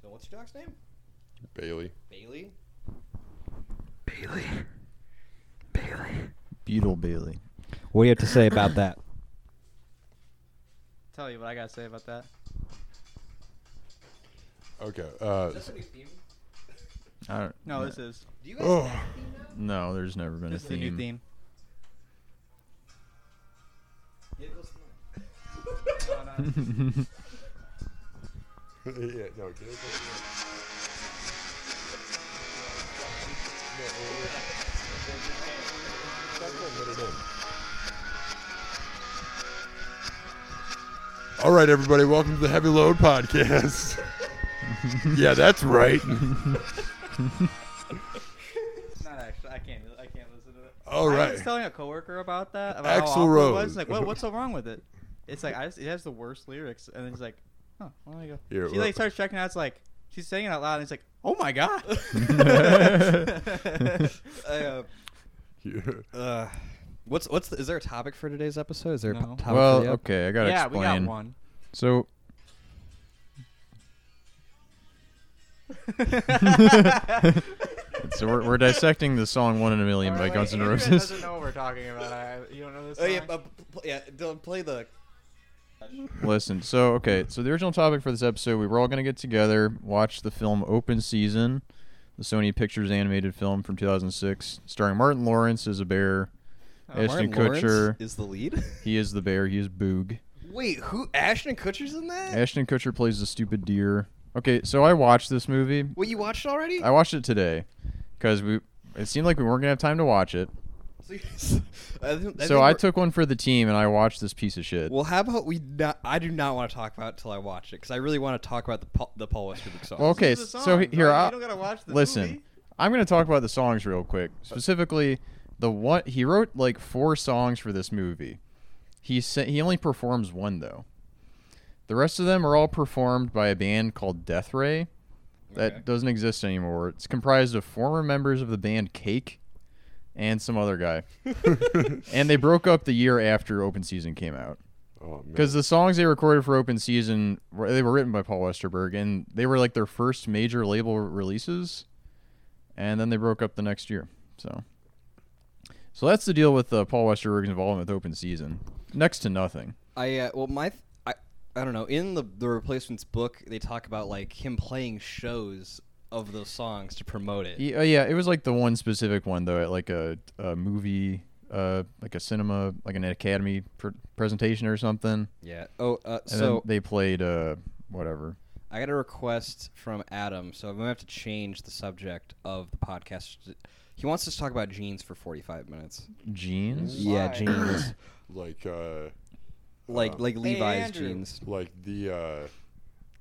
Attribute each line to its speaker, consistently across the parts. Speaker 1: So what's your dog's name?
Speaker 2: Bailey.
Speaker 1: Bailey.
Speaker 3: Bailey. Bailey.
Speaker 4: Butyl Bailey.
Speaker 3: What do you have to say about that?
Speaker 1: Tell you what I gotta say about that.
Speaker 2: Okay. Uh,
Speaker 4: I don't.
Speaker 1: No, this is. Do you guys?
Speaker 2: oh,
Speaker 4: No, there's never been
Speaker 1: This
Speaker 4: a
Speaker 1: is the
Speaker 4: theme.
Speaker 1: new theme.
Speaker 2: yeah, no, get it. All right, everybody, welcome to the Heavy Load Podcast. yeah, that's right.
Speaker 1: Not actually. I can't. I can't listen to it.
Speaker 2: All
Speaker 1: I
Speaker 2: right.
Speaker 1: was telling a coworker about that. About
Speaker 2: Axl
Speaker 1: how awful
Speaker 2: Rose.
Speaker 1: It was. He's Like, what, what's so wrong with it? It's like I just, it has the worst lyrics, and then he's like, "Huh, well, there you go."
Speaker 2: Here,
Speaker 1: she
Speaker 2: well-
Speaker 1: like starts checking out. It's like she's saying it out loud, and it's like, "Oh my god."
Speaker 4: I,
Speaker 3: uh, what's what's the, is there a topic for today's episode? Is there
Speaker 1: No.
Speaker 3: a po- topic? for
Speaker 4: well,
Speaker 3: the ep-
Speaker 4: okay, I gotta
Speaker 1: yeah, we
Speaker 4: explain.
Speaker 1: got one.
Speaker 4: So So we're, we're dissecting the song "One in a Million" by Guns N' Roses.
Speaker 1: know what we're talking about. I, you don't know this.
Speaker 3: Oh yeah, uh, p- p- yeah. Dylan, play the.
Speaker 4: Listen, so okay, so the original topic for this episode, we were all gonna get together, watch the film Open Season, the Sony Pictures animated film from 2006, starring Martin Lawrence as a bear.
Speaker 1: Uh,
Speaker 4: Ashton
Speaker 3: Martin Lawrence
Speaker 4: Kutcher,
Speaker 3: is the lead.
Speaker 4: he is the bear. He is Boog.
Speaker 3: Wait, who? Ashton Kutcher's in that?
Speaker 4: Ashton Kutcher plays the stupid deer. Okay, so I watched this movie.
Speaker 3: Wait, you watched it already?
Speaker 4: I watched it today because we. It seemed like we weren't gonna have time to watch it,
Speaker 3: So, you- I think- I
Speaker 4: so
Speaker 3: think
Speaker 4: I
Speaker 3: we're-
Speaker 4: took one for the team and I watched this piece of shit.
Speaker 3: Well, how about we? Not, I do not want to talk about it till I watch it because I really want to talk about the Paul, the Paul Westbrook song.
Speaker 4: Well, okay,
Speaker 1: is a
Speaker 4: so he-
Speaker 1: song,
Speaker 4: here,
Speaker 1: right? You
Speaker 4: I-
Speaker 1: don't gotta watch the
Speaker 4: listen.
Speaker 1: movie.
Speaker 4: I'm gonna talk about the songs real quick. Specifically, the one he wrote like four songs for this movie. He sa- he only performs one though. The rest of them are all performed by a band called Death Ray, that
Speaker 3: Okay.
Speaker 4: doesn't exist anymore. It's comprised of former members of the band Cake, and some other guy. and they broke up the year after Open Season came out.
Speaker 2: Oh, man.
Speaker 4: Because the songs they recorded for Open Season, were- they were written by Paul Westerberg, and they were like their first major label releases, and then they broke up the next year. So, so that's the deal with uh, Paul Westerberg's involvement with Open Season. Next to nothing.
Speaker 3: I uh, well, my th- I, I don't know. In the the replacements book, they talk about like him playing shows of those songs to promote it.
Speaker 4: Yeah, uh, yeah, it was like the one specific one though, at like a, a movie, uh, like a cinema, like an academy pr- presentation or something.
Speaker 3: Yeah. Oh, uh,
Speaker 4: And
Speaker 3: so
Speaker 4: then they played uh, whatever.
Speaker 3: I got a request from Adam, so I'm gonna have to change the subject of the podcast. He wants us to talk about jeans for 45 minutes.
Speaker 4: Jeans.
Speaker 3: Yeah,
Speaker 1: Why?
Speaker 3: jeans.
Speaker 2: like, uh,
Speaker 3: like like Levi's
Speaker 1: Andrew.
Speaker 3: jeans.
Speaker 2: like the, uh,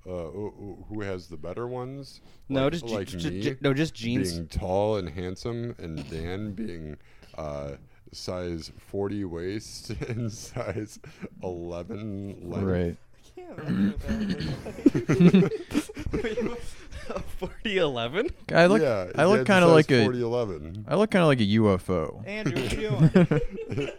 Speaker 2: uh, who who has the better ones?
Speaker 3: No,
Speaker 2: Like-
Speaker 3: just
Speaker 2: like
Speaker 3: je- je-
Speaker 2: me?
Speaker 3: je- no, just jeans.
Speaker 2: being tall and handsome, and Dan being uh, size 40 waist and size 11 length.
Speaker 4: Right.
Speaker 3: Forty eleven.
Speaker 4: I look.
Speaker 2: yeah,
Speaker 4: I look
Speaker 2: Dan's
Speaker 4: kind of
Speaker 2: size
Speaker 4: like a.
Speaker 2: 40, 11.
Speaker 4: I look kind of like a UFO.
Speaker 1: Andrew, what you doing?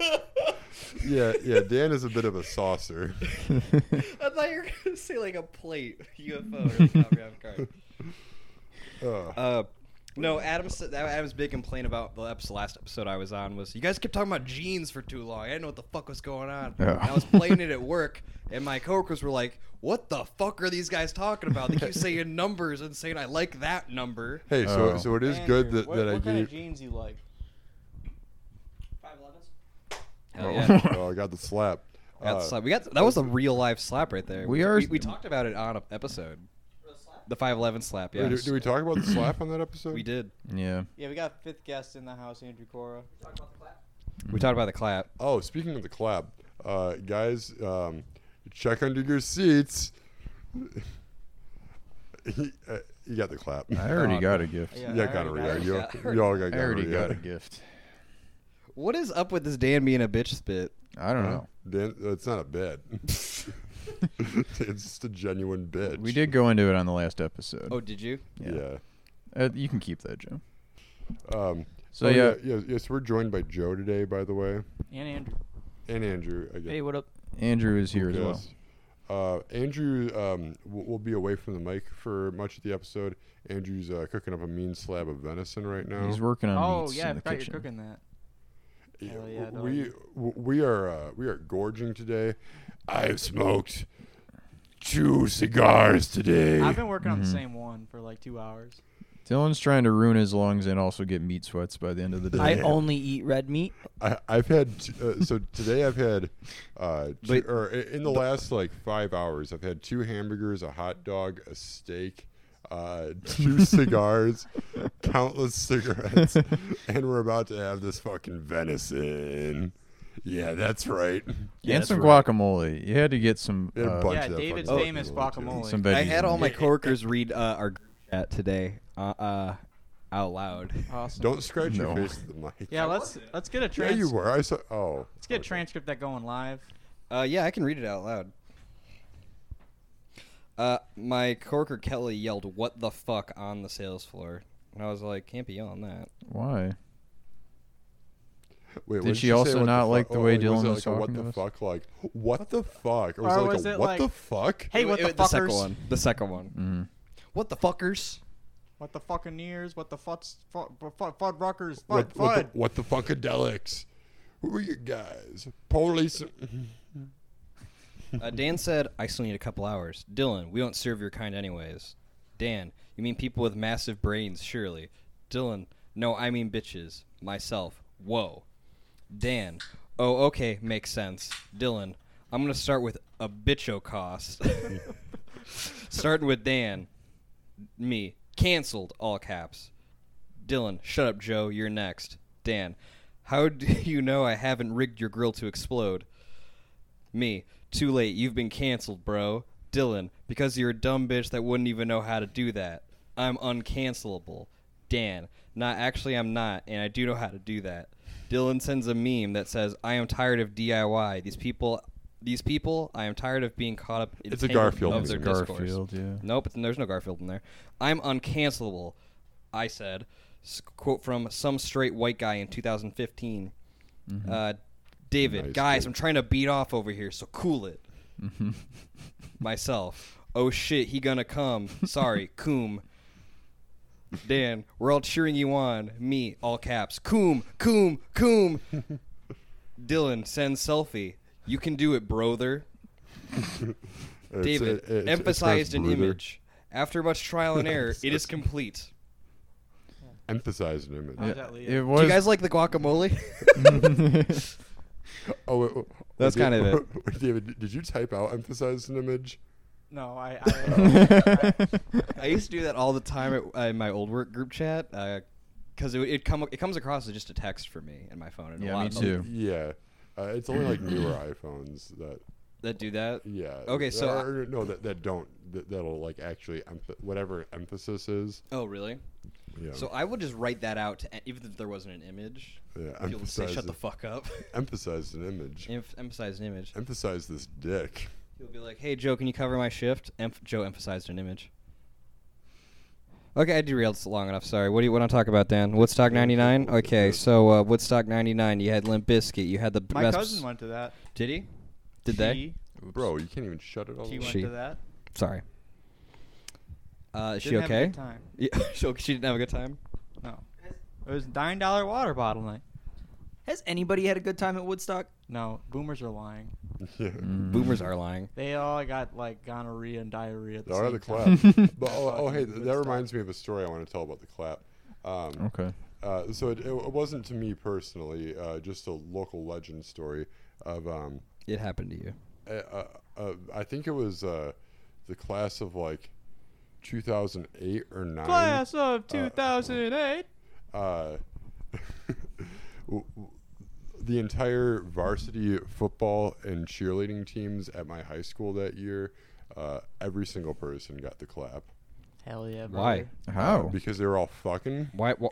Speaker 2: yeah, yeah. Dan is a bit of a saucer.
Speaker 3: I thought you were gonna say like a plate UFO. Or card.
Speaker 2: Uh,
Speaker 3: Uh, no, Adam's Adam's big complaint about the episode, last episode I was on was you guys kept talking about jeans for too long. I didn't know what the fuck was going on.
Speaker 4: Yeah.
Speaker 3: I was playing it at work, and my coworkers were like, "What the fuck are these guys talking about?" They keep saying numbers and saying I like that number.
Speaker 2: hey, so
Speaker 4: Oh.
Speaker 2: so it is
Speaker 1: Andrew,
Speaker 2: good that,
Speaker 1: what,
Speaker 2: that I
Speaker 1: what kind
Speaker 2: gave.
Speaker 1: of jeans you like? Five elevens.
Speaker 3: Hell yeah.
Speaker 2: oh, I got the slap.
Speaker 3: Got
Speaker 2: Uh,
Speaker 3: slap. We got that was a real live slap right there.
Speaker 4: We are-
Speaker 3: we, talked about it on an episode. The five eleven slap.
Speaker 2: wait,
Speaker 3: Yeah,
Speaker 2: do, do we talk about the slap on that episode?
Speaker 3: we did.
Speaker 4: Yeah.
Speaker 1: Yeah, we got fifth guest in the house, Andrew Cora.
Speaker 3: We talked about the clap.
Speaker 2: Oh, speaking of the clap, uh, guys, um, check under your seats. you uh, you got the clap.
Speaker 4: I already
Speaker 3: God.
Speaker 4: got a gift.
Speaker 1: Yeah.
Speaker 2: yeah,
Speaker 1: Oh, I already
Speaker 2: gonorrhea.
Speaker 1: got it.
Speaker 2: You,
Speaker 3: Yeah.
Speaker 2: you all got
Speaker 4: I already
Speaker 2: gonorrhea.
Speaker 4: got a gift.
Speaker 3: What is up with this Dan being a bitch spit?
Speaker 4: I don't know.
Speaker 2: Dan, it's not a bit. it's just a genuine bitch.
Speaker 4: We did go into it on the last episode.
Speaker 3: Oh, did you?
Speaker 2: Yeah.
Speaker 4: Uh, you can keep that, Joe.
Speaker 2: Um,
Speaker 4: So
Speaker 2: oh,
Speaker 4: yeah,
Speaker 2: yeah, Yes, we're joined by Joe today, by the way,
Speaker 1: And Andrew.
Speaker 2: and Andrew. I guess.
Speaker 1: Hey, what up?
Speaker 4: Andrew is here as well.
Speaker 2: Yes. Uh, Andrew um, w- will be away from the mic for much of the episode. Andrew's uh, cooking up a mean slab of venison right now.
Speaker 4: He's working on
Speaker 1: Oh
Speaker 4: meats
Speaker 1: yeah, I
Speaker 4: in the
Speaker 1: forgot
Speaker 4: kitchen.
Speaker 1: you're cooking that.
Speaker 2: Yeah,
Speaker 1: Hell yeah,
Speaker 2: w-
Speaker 1: dog.
Speaker 2: we w- we are uh, we are gorging today. I've smoked two cigars today.
Speaker 1: I've been working on the
Speaker 2: Mm-hmm.
Speaker 4: Mhm.
Speaker 1: same one for like two hours.
Speaker 4: Dylan's trying to ruin his lungs and also get meat sweats by the end of the day.
Speaker 5: I only eat red meat.
Speaker 2: I, I've had t- uh, so today. I've had uh, two,
Speaker 3: But-
Speaker 2: or i- in the last like five hours, I've had two hamburgers, a hot dog, a steak, uh, two cigars, countless cigarettes, and we're about to have this fucking venison. Yeah, that's right.
Speaker 3: Yeah,
Speaker 4: and
Speaker 3: that's
Speaker 4: some
Speaker 3: right.
Speaker 4: guacamole. You had to get some.
Speaker 2: They had a
Speaker 4: uh,
Speaker 2: bunch
Speaker 1: yeah,
Speaker 2: of Oh, that
Speaker 1: David's
Speaker 2: fucking
Speaker 1: famous
Speaker 2: guacamole, too.
Speaker 1: guacamole.
Speaker 4: some veggies.
Speaker 3: I had
Speaker 4: in
Speaker 3: all
Speaker 4: it.
Speaker 3: my coworkers read uh, our group chat today uh, uh, out loud.
Speaker 1: Awesome.
Speaker 2: Don't scratch your
Speaker 4: No.
Speaker 2: face at the mic.
Speaker 1: yeah, let's let's get a
Speaker 2: Yeah,
Speaker 1: trans-
Speaker 2: you were. I saw. Oh,
Speaker 1: Let's get a transcript that going live.
Speaker 3: Uh, yeah, I can read it out loud. Uh, my coworker Kelly yelled, "What the fuck!" on the sales floor, and I was like, "Can't be yelling that."
Speaker 4: Why?
Speaker 2: Wait,
Speaker 4: Did
Speaker 2: what
Speaker 4: she
Speaker 2: you say?
Speaker 4: also
Speaker 2: What the
Speaker 4: not
Speaker 2: fuck?
Speaker 4: like the
Speaker 2: Oh,
Speaker 4: way
Speaker 2: like, was
Speaker 4: Dylan
Speaker 2: it
Speaker 4: was
Speaker 2: like a What
Speaker 4: talking
Speaker 2: the
Speaker 4: to us?
Speaker 2: fuck? Like what the fuck? Or was
Speaker 1: Or
Speaker 2: it like
Speaker 1: was
Speaker 2: a
Speaker 1: it
Speaker 2: what
Speaker 1: like-
Speaker 2: the fuck?
Speaker 1: Hey,
Speaker 3: It-
Speaker 1: what
Speaker 3: it-
Speaker 1: the
Speaker 3: the second
Speaker 1: fuckers?
Speaker 3: one. The second one.
Speaker 4: Mm.
Speaker 3: What the fuckers?
Speaker 1: What the fucking ears? What the futs? Fud, fud, fud ruckers? Fud,
Speaker 2: what,
Speaker 1: fud.
Speaker 2: what, the, what the funkadelics? Who are you guys? Police?
Speaker 3: Uh, Dan said, I still need a couple hours. Dylan, we don't serve your kind anyways. Dan, you mean people with massive brains, surely. Dylan, no, I mean bitches. Myself, whoa. Dan, oh, okay, makes sense. Dylan, I'm going to start with a bitcho cost. Starting with Dan, me, canceled, all caps. Dylan, shut up, Joe, you're next. Dan, how do you know I haven't rigged your grill to explode? Me, too late. You've been canceled, bro. Dylan, because you're a dumb bitch that wouldn't even know how to do that. I'm uncancelable. Dan, not actually, I'm not, and I do know how to do that. Dylan sends a meme that says, "I am tired of DIY. These people, these people, I am tired of being caught up." in
Speaker 2: It's a
Speaker 3: tangled
Speaker 2: Garfield
Speaker 3: of
Speaker 2: meme.
Speaker 3: their discourse."
Speaker 4: Garfield, yeah.
Speaker 3: Nope, it's, there's no Garfield in there. I'm uncancelable, I said. S- quote from some straight white guy in 2015. Uh, David,
Speaker 2: Nice,
Speaker 3: guys,
Speaker 2: dude.
Speaker 3: I'm trying to beat off over here, so cool it. Myself, oh shit, he gonna come. Sorry, coom. Dan, we're all cheering you on. Me, all caps. Coom, coom, coom. Dylan, send selfie. You can do it, brother.
Speaker 2: It's-
Speaker 3: David
Speaker 2: it- it's-
Speaker 3: emphasized
Speaker 2: it's
Speaker 3: an
Speaker 2: Bruther.
Speaker 3: image. After much trial and error, it is complete.
Speaker 2: Emphasized an image.
Speaker 1: How's
Speaker 4: Yeah,
Speaker 1: that lead?
Speaker 4: It
Speaker 3: Do
Speaker 4: was.
Speaker 3: you guys like the guacamole?
Speaker 2: Oh, wait, wait,
Speaker 3: That's
Speaker 2: David-
Speaker 3: kind of
Speaker 2: wait, David, did you type out emphasized an image?
Speaker 1: No, I. I,
Speaker 3: I used to do that all the time at, uh, in my old work group chat because it, it come it comes across as just a text for me in my phone. And a
Speaker 4: Yeah,
Speaker 3: lot
Speaker 4: me
Speaker 3: of
Speaker 4: too.
Speaker 3: them
Speaker 2: Yeah. Uh, it's only like newer iPhones that
Speaker 3: That do that.
Speaker 2: Yeah.
Speaker 3: Okay, so I-
Speaker 2: or, no, that that don't that, that'll like actually emph- whatever emphasis is.
Speaker 3: Oh, really?
Speaker 2: Yeah.
Speaker 3: So I would just write that out, to, e, even if there wasn't an image. people
Speaker 2: Yeah,
Speaker 3: would say,
Speaker 2: emphasize
Speaker 3: "Shut the
Speaker 2: it.
Speaker 3: fuck up."
Speaker 2: emphasize an image.
Speaker 3: Emph- emphasize an image.
Speaker 2: emphasize this dick.
Speaker 3: He'll be like, "Hey, Joe, can you cover my shift?" Emph- Joe emphasized an image. Okay, I derailed s- long enough. Sorry. What do you want to talk about, Dan? Woodstock
Speaker 2: Yeah, we can
Speaker 3: '99.
Speaker 2: look at
Speaker 3: Okay,
Speaker 2: this.
Speaker 3: so uh, Woodstock '99. You had Limp Bizkit. You had the
Speaker 1: my
Speaker 3: best.
Speaker 1: cousin went to that.
Speaker 3: Did he? Did they?
Speaker 1: She,
Speaker 2: Bro, you can't even shut
Speaker 4: Oh,
Speaker 2: it all.
Speaker 1: she
Speaker 2: the
Speaker 1: went
Speaker 3: She.
Speaker 1: to that.
Speaker 3: Sorry. Uh, is she
Speaker 1: Didn't have a
Speaker 3: okay?
Speaker 1: good time.
Speaker 3: Yeah, so she didn't have a good time.
Speaker 1: No, it was nine dollar water bottle night.
Speaker 5: Has anybody had a good time at Woodstock?
Speaker 1: No, boomers are lying.
Speaker 2: way. Yeah.
Speaker 4: Mm.
Speaker 3: Boomers are lying.
Speaker 1: They all got like gonorrhea and diarrhea. At the
Speaker 2: All right,
Speaker 1: same
Speaker 2: the
Speaker 1: time.
Speaker 2: clap. but oh, oh, hey,
Speaker 1: Fucking
Speaker 2: that
Speaker 1: good Oh.
Speaker 2: reminds me of a story I want to tell about the clap. Um,
Speaker 4: Okay.
Speaker 2: uh, so it, it wasn't to me personally, uh, just a local legend story of um,
Speaker 3: It happened to you.
Speaker 2: uh, uh, uh, I think it was uh, the class of like 2008 or nine.
Speaker 1: Class of 2008.
Speaker 2: uh, w- w- the entire varsity football and cheerleading teams at my high school that year, uh, every single person got the clap
Speaker 1: Hell yeah.
Speaker 3: Why?
Speaker 1: brother.
Speaker 4: How?
Speaker 2: because they were all fucking.
Speaker 3: Why? Why,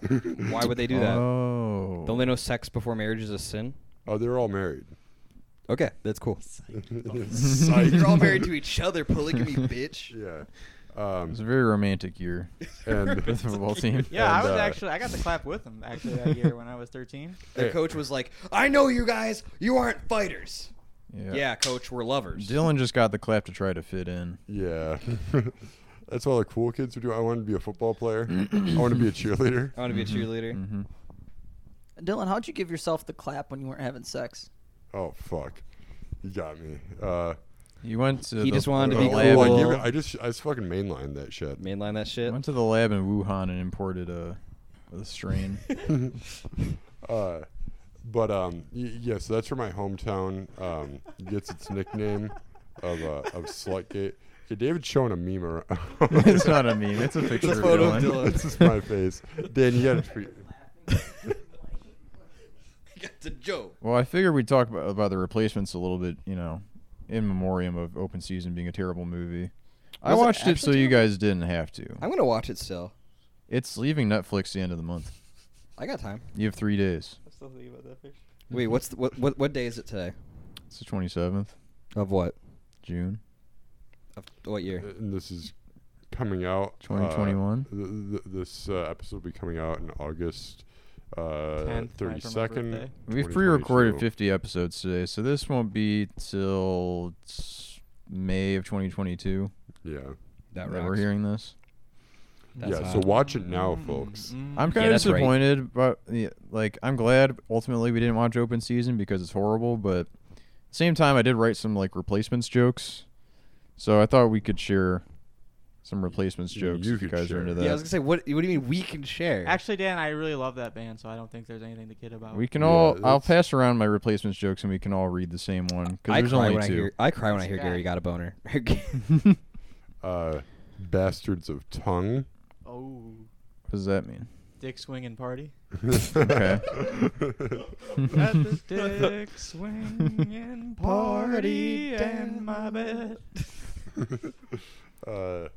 Speaker 3: why would they do that?
Speaker 4: Oh.
Speaker 3: Don't they know sex before marriage is a sin?
Speaker 2: Oh, they were all married.
Speaker 3: Okay, that's cool.
Speaker 2: Psych.
Speaker 3: You're all married to each other, polygamy, bitch.
Speaker 2: Yeah.
Speaker 4: It
Speaker 2: Um,
Speaker 4: was a very romantic year
Speaker 2: and
Speaker 4: for the football team.
Speaker 1: Yeah, I
Speaker 2: And,
Speaker 1: was
Speaker 2: uh,
Speaker 1: actually I got the clap with him actually that year when I was 13.
Speaker 3: Their coach was like, "I know you guys. You aren't fighters."
Speaker 4: Yeah.
Speaker 3: Yeah, coach, we're lovers.
Speaker 4: Dylan just got the clap to try to fit in.
Speaker 2: Yeah. That's what all the cool kids would do. I wanted to be a football player. I want to be a cheerleader.
Speaker 3: I want to be a cheerleader.
Speaker 4: hmm
Speaker 5: Dylan, how'd you give yourself the clap when you weren't having sex?
Speaker 2: Oh fuck, you got me. Uh,
Speaker 4: You went to
Speaker 3: He
Speaker 4: the,
Speaker 3: just wanted to
Speaker 4: the
Speaker 3: be
Speaker 2: oh,
Speaker 4: lab
Speaker 2: I,
Speaker 4: in-
Speaker 3: cool.
Speaker 2: give it- I just I just fucking mainlined that shit.
Speaker 3: Mainline that shit.
Speaker 4: Went to the lab in Wuhan and imported a, a strain.
Speaker 2: Uh, but um, y- yeah, so that's where my hometown um, gets its nickname of uh, of Slutgate. Okay, David showing a meme. Around.
Speaker 4: it's not a meme. It's a picture of
Speaker 3: photo
Speaker 4: Dylan.
Speaker 3: of Dylan.
Speaker 2: this is my face. Dan, you got to tweet.
Speaker 3: Got the joke.
Speaker 4: Well, I figured we'd talk about, about the replacements a little bit, you know, in memoriam of Open Season being a terrible movie. I
Speaker 3: Was it
Speaker 4: watched it, so
Speaker 3: actually
Speaker 4: you guys didn't have to.
Speaker 3: I'm gonna watch it still.
Speaker 4: It's leaving Netflix the end of the month.
Speaker 3: I got time.
Speaker 4: You have three days.
Speaker 1: I'm still thinking about that picture.
Speaker 3: Wait, what's the, what, what what day is it today?
Speaker 4: It's the 27th,
Speaker 3: Of what?
Speaker 4: June.
Speaker 3: Of what year?
Speaker 2: And this is coming out. uh,
Speaker 4: 2021?
Speaker 2: th- th- this uh, episode will be coming out in August. Uh,
Speaker 1: Tenth,
Speaker 2: thirty
Speaker 1: right, for my
Speaker 2: second.
Speaker 1: birthday.
Speaker 4: We've pre recorded
Speaker 2: 50.
Speaker 4: 50 episodes today, so this won't be till s- May of 2022
Speaker 2: Yeah.
Speaker 3: That
Speaker 4: that we're
Speaker 3: rocks.
Speaker 4: hearing this.
Speaker 3: That's
Speaker 2: yeah.
Speaker 3: hot.
Speaker 2: So watch it now,
Speaker 1: Mm.
Speaker 2: folks.
Speaker 4: I'm kind
Speaker 3: Mm. Yeah,
Speaker 4: of
Speaker 3: that's right.
Speaker 4: disappointed, but yeah, like I'm glad ultimately we didn't watch open season because it's horrible. But at the same time, I did write some like replacements jokes, so I thought we could share some replacements
Speaker 2: You-
Speaker 4: jokes.
Speaker 2: you
Speaker 4: if you
Speaker 2: could
Speaker 4: guys
Speaker 2: share.
Speaker 4: are into
Speaker 2: Yeah,
Speaker 4: that.
Speaker 3: Yeah, I was gonna say what? What do you mean we can share?
Speaker 1: Actually, Dan, I really love that band, so I don't think there's anything to kid about.
Speaker 4: we can
Speaker 2: Yeah,
Speaker 4: all. I'll
Speaker 2: that's-
Speaker 4: pass around my replacements jokes and we can all read the same one because
Speaker 3: I
Speaker 4: there's
Speaker 3: cry
Speaker 4: only
Speaker 3: when I
Speaker 4: two.
Speaker 3: hear. I cry when I hear
Speaker 1: Yeah.
Speaker 3: Gary got a boner.
Speaker 2: Uh, Bastards of Tongue.
Speaker 1: oh,
Speaker 4: What does that mean?
Speaker 1: dick swinging party.
Speaker 4: Okay.
Speaker 1: At the dick swinging party in my bed.
Speaker 2: uh,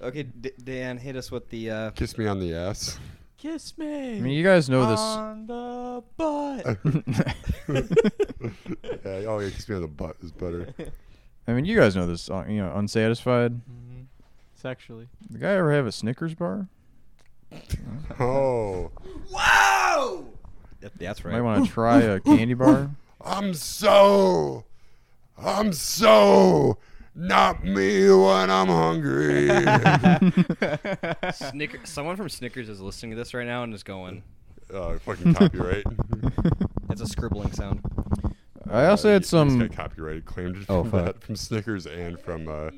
Speaker 3: okay, D- Dan, hit us with the. Uh,
Speaker 2: kiss me on the ass.
Speaker 1: Kiss me.
Speaker 4: I mean, you guys know this.
Speaker 3: Um,
Speaker 1: on the butt.
Speaker 2: Yeah, oh, yeah, kiss me on the butt is better.
Speaker 4: I mean, you guys know this song. You know, unsatisfied.
Speaker 1: Mhm. Sexually.
Speaker 4: The guy ever have a Snickers bar?
Speaker 2: Oh,
Speaker 3: Whoa! That's right.
Speaker 4: Might want to try a candy bar.
Speaker 2: I'm so, I'm so not me when I'm hungry. Uh,
Speaker 3: Snicker- someone from Snickers is listening to this right now and is going.
Speaker 2: uh, fucking copyright.
Speaker 3: That's a scribbling sound.
Speaker 4: I
Speaker 2: Uh,
Speaker 4: also had
Speaker 2: It's
Speaker 4: some.
Speaker 2: got copyright claimed
Speaker 3: Oh,
Speaker 2: from,
Speaker 3: fuck.
Speaker 2: that, from Snickers and from uh,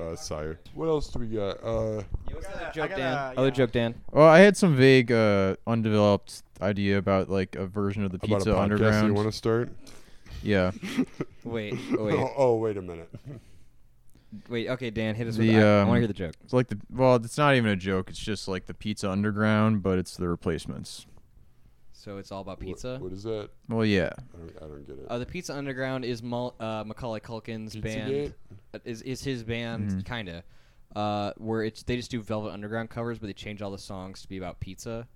Speaker 2: uh, Sire. What else do we got? Uh,
Speaker 3: joke,
Speaker 1: gotta-
Speaker 3: Dan?
Speaker 1: yeah.
Speaker 3: Other joke, Dan.
Speaker 4: Well, I had some vague, uh, undeveloped idea about like a version of the
Speaker 2: about
Speaker 4: Pizza
Speaker 2: a podcast
Speaker 4: Underground.
Speaker 2: you want to start?
Speaker 4: Yeah,
Speaker 3: Wait, wait,
Speaker 2: Oh, oh, wait a minute.
Speaker 3: wait. Okay, Dan, hit us
Speaker 4: The,
Speaker 3: with. I, I
Speaker 4: um,
Speaker 3: want to hear the joke.
Speaker 4: it's like the well, it's not even a joke. It's just like the Pizza Underground, but it's the replacements.
Speaker 3: So it's all about
Speaker 2: What-
Speaker 3: pizza.
Speaker 2: what is that?
Speaker 4: Well, yeah,
Speaker 2: I don't, I don't get it.
Speaker 3: Uh, the Pizza Underground is Mul- uh, Macaulay Culkin's
Speaker 2: Pizzagate?
Speaker 3: band. uh, Is is his band
Speaker 4: Mhm.
Speaker 3: kinda? Uh, where it's they just do Velvet Underground covers, but they change all the songs to be about pizza.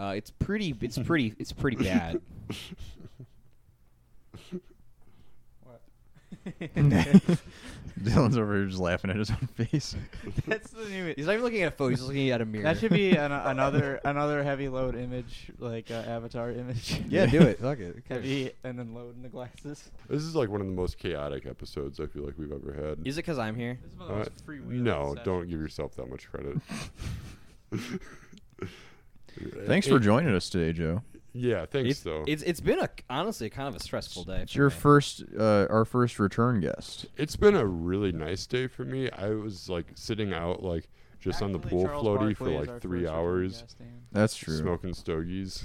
Speaker 3: Uh, it's pretty. It's pretty. It's pretty bad.
Speaker 4: Dylan's over here just laughing at his own face.
Speaker 1: That's the new.
Speaker 3: He's not even looking at a phone. He's just looking at a mirror.
Speaker 1: That should be an, another another heavy load image, like uh, avatar image.
Speaker 4: Yeah, do it. Fuck it.
Speaker 1: Heavy and then load in the glasses.
Speaker 2: This is like one of the most chaotic episodes I feel like we've ever had.
Speaker 3: Is it because I'm here?
Speaker 1: This is
Speaker 2: Uh, no, don't give yourself that much credit.
Speaker 4: Thanks for joining us today, Joe.
Speaker 2: Yeah, thanks
Speaker 3: It's,
Speaker 2: though.
Speaker 3: it's it's been a honestly kind of a stressful day.
Speaker 4: It's
Speaker 3: for
Speaker 4: your
Speaker 3: me.
Speaker 4: first, uh, our first return guest.
Speaker 2: it's been a really nice day for me. I was like sitting out like just on the pool floaty for like three hours,
Speaker 4: That's true.
Speaker 2: smoking stogies.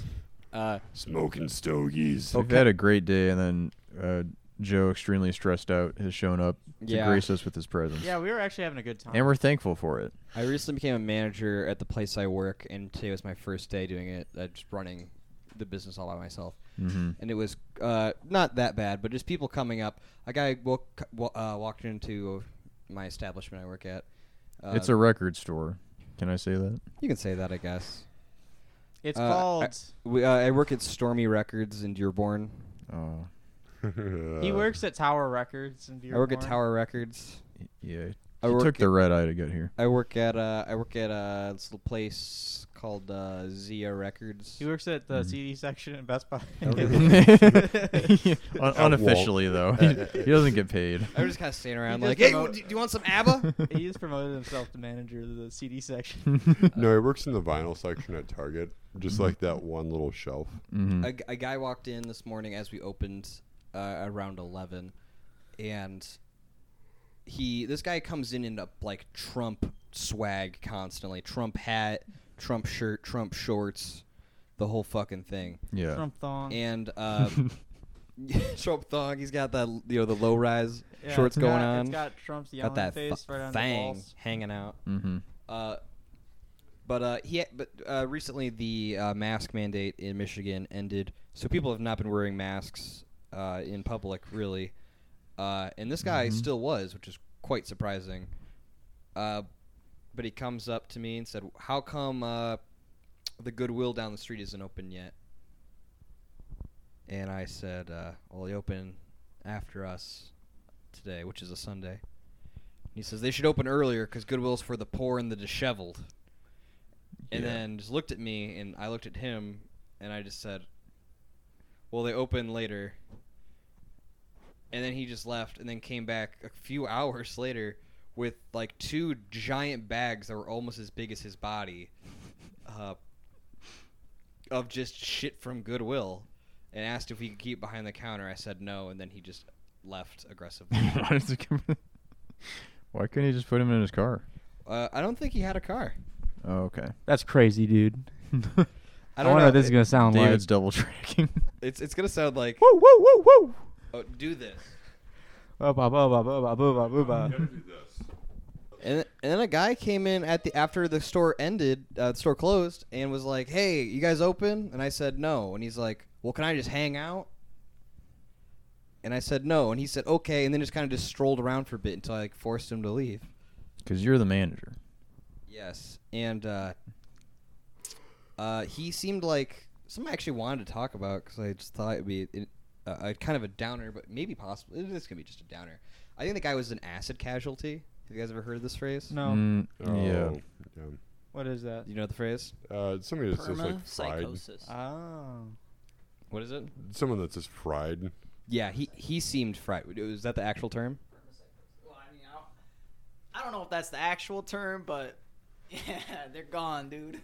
Speaker 3: Uh,
Speaker 2: Smoking stogies.
Speaker 4: We've had a great day, and then uh, Joe, extremely stressed out, has shown up to
Speaker 3: Yeah.
Speaker 4: grace us with his presence.
Speaker 1: Yeah, we were actually having a good time.
Speaker 4: and we're thankful for it.
Speaker 3: I recently became a manager at the place I work, and today was my first day doing it, uh, just running the business all by myself.
Speaker 4: Mm-hmm.
Speaker 3: And it was uh, not that bad, but just people coming up. A guy woke, wa- uh, walked into my establishment I work at. Uh,
Speaker 4: it's a record store. Can I say that?
Speaker 3: you can say that, I guess.
Speaker 1: it's
Speaker 3: Uh, I-
Speaker 1: called.
Speaker 3: We, uh, I work at Stormy Records in Dearborn.
Speaker 4: Oh,
Speaker 2: Uh,
Speaker 1: he works at Tower Records in Dearborn.
Speaker 3: I work at Tower Records.
Speaker 4: yeah.
Speaker 3: I
Speaker 4: He
Speaker 3: work
Speaker 4: took the red eye to get here.
Speaker 3: I work at uh, I work at uh, this little place called uh, Zia Records.
Speaker 1: He works at
Speaker 2: Mm-hmm.
Speaker 1: the CD section in Best Buy.
Speaker 4: Un-
Speaker 2: Walt.
Speaker 4: unofficially though, he, he doesn't get paid.
Speaker 3: I was just kind of standing around
Speaker 1: does
Speaker 3: like, hey,
Speaker 1: promote-
Speaker 3: do you want some ABBA?
Speaker 1: he just promoted himself to manager of the CD section.
Speaker 4: Mm-hmm.
Speaker 2: No, it works in the vinyl section at Target, just like that one little shelf.
Speaker 1: Mm.
Speaker 3: a, g- a guy walked in this morning as we opened uh, around 11 and he this guy comes in in a like trump swag constantly trump hat trump shirt trump shorts the whole fucking thing
Speaker 4: Yeah.
Speaker 1: Trump thong.
Speaker 3: and um, trump thong he's got that you know the low rise
Speaker 1: Yeah,
Speaker 3: shorts
Speaker 1: it's
Speaker 3: going
Speaker 1: got,
Speaker 3: on
Speaker 1: It's got Trump's
Speaker 3: got
Speaker 1: yelling
Speaker 3: that
Speaker 1: face
Speaker 3: fu-
Speaker 1: right on the
Speaker 3: thing
Speaker 1: walls.
Speaker 3: hanging out
Speaker 4: Mm-hmm.
Speaker 3: uh, but uh, he but uh, recently the uh, mask mandate in Michigan ended, so people have not been wearing masks uh, in public really, uh, and this guy still was, which is quite surprising. Uh, but he comes up to me and said, "How come uh, the Goodwill down the street isn't open yet?" And I said, uh, "Well, they open after us today, which is a Sunday." He says they should open earlier because Goodwill's for the poor and the disheveled. And
Speaker 4: Yeah.
Speaker 3: then just looked at me, and I looked at him, and I just said, "Well, they open later." And then he just left, and then came back a few hours later with like two giant bags that were almost as big as his body, uh, of just shit from Goodwill, and asked if he could keep it behind the counter. I said no, and then he just left aggressively.
Speaker 4: Mm-hmm. Why does it come? Why couldn't he just put him in his car?
Speaker 3: Uh, I don't think he had a car.
Speaker 4: Oh, okay.
Speaker 6: That's crazy, dude.
Speaker 3: I
Speaker 6: I,
Speaker 3: don't
Speaker 6: wonder
Speaker 3: know.
Speaker 6: what this is
Speaker 3: It-
Speaker 6: gonna sound
Speaker 4: David's
Speaker 6: like.
Speaker 4: double tracking.
Speaker 3: It's it's gonna sound like
Speaker 6: Woo woo woo woo.
Speaker 3: oh, do this,
Speaker 6: Booba booba booba booba booba.
Speaker 3: and and then a guy came in at the after the store ended, uh, the store closed, and was like, "Hey, you guys open?" And I said no, and he's like, "Well, can I just hang out?" And I said no, and he said okay, and then just kind of just strolled around for a bit until I like, forced him to leave.
Speaker 4: Because you're the manager.
Speaker 3: Yes, and uh, uh, he seemed like something I actually wanted to talk about because I just thought it'd be it, uh, a kind of a downer, but maybe possible. This could be just a downer. I think the guy was an acid casualty. Have you guys ever heard of this phrase?
Speaker 1: No,
Speaker 4: Mm,
Speaker 2: Oh,
Speaker 4: Yeah.
Speaker 2: yeah.
Speaker 1: what is that?
Speaker 3: You know the phrase?
Speaker 2: Uh, somebody that's just like fried.
Speaker 5: psychosis.
Speaker 1: Oh,
Speaker 3: What is it?
Speaker 2: Someone that's just fried.
Speaker 3: Yeah, he he seemed frightened. Is that the actual term?
Speaker 5: Well, I mean, I don't, I don't know if that's the actual term, but yeah, they're gone, dude.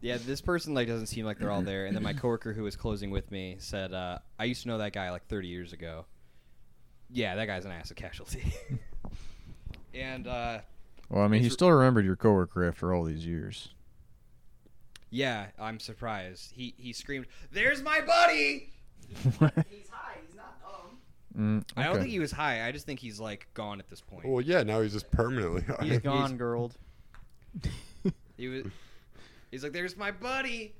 Speaker 3: Yeah, this person like doesn't seem like they're all there. And then my coworker who was closing with me said, uh, "I used to know that guy like 30 years ago." Yeah, that guy's an acid casualty. and uh,
Speaker 4: Well, I mean, he
Speaker 3: It's-
Speaker 4: still remembered your coworker after all these years.
Speaker 3: Yeah, I'm surprised. He he screamed, "There's my buddy!"
Speaker 5: He's high. He's not dumb.
Speaker 4: Mm,
Speaker 3: I don't
Speaker 4: okay.
Speaker 3: think he was high. I just think he's like gone at this point.
Speaker 2: Well, yeah, now he's just permanently.
Speaker 1: he's gone, girled.
Speaker 3: He was he's like, "There's my buddy,"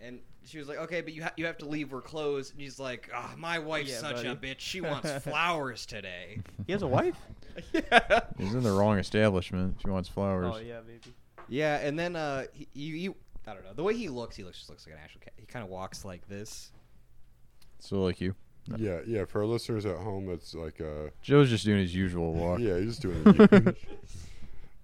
Speaker 3: and she was like, "Okay, but you ha- you have to leave. We're closed." And he's like, oh, "My wife's
Speaker 1: Yeah,
Speaker 3: such a
Speaker 1: buddy."
Speaker 3: bitch. She wants flowers today."
Speaker 1: He has a wife.
Speaker 3: yeah.
Speaker 4: He's in the wrong establishment. She wants flowers.
Speaker 1: Oh yeah, baby.
Speaker 3: Yeah, and then uh, he, he, he I don't know the way he looks. He looks just looks like an actual cat. He kind of walks like this.
Speaker 4: So like you,
Speaker 2: Yeah, yeah. For our listeners at home, that's like a
Speaker 4: Joe's just doing his usual walk,
Speaker 2: yeah. He's just doing. it.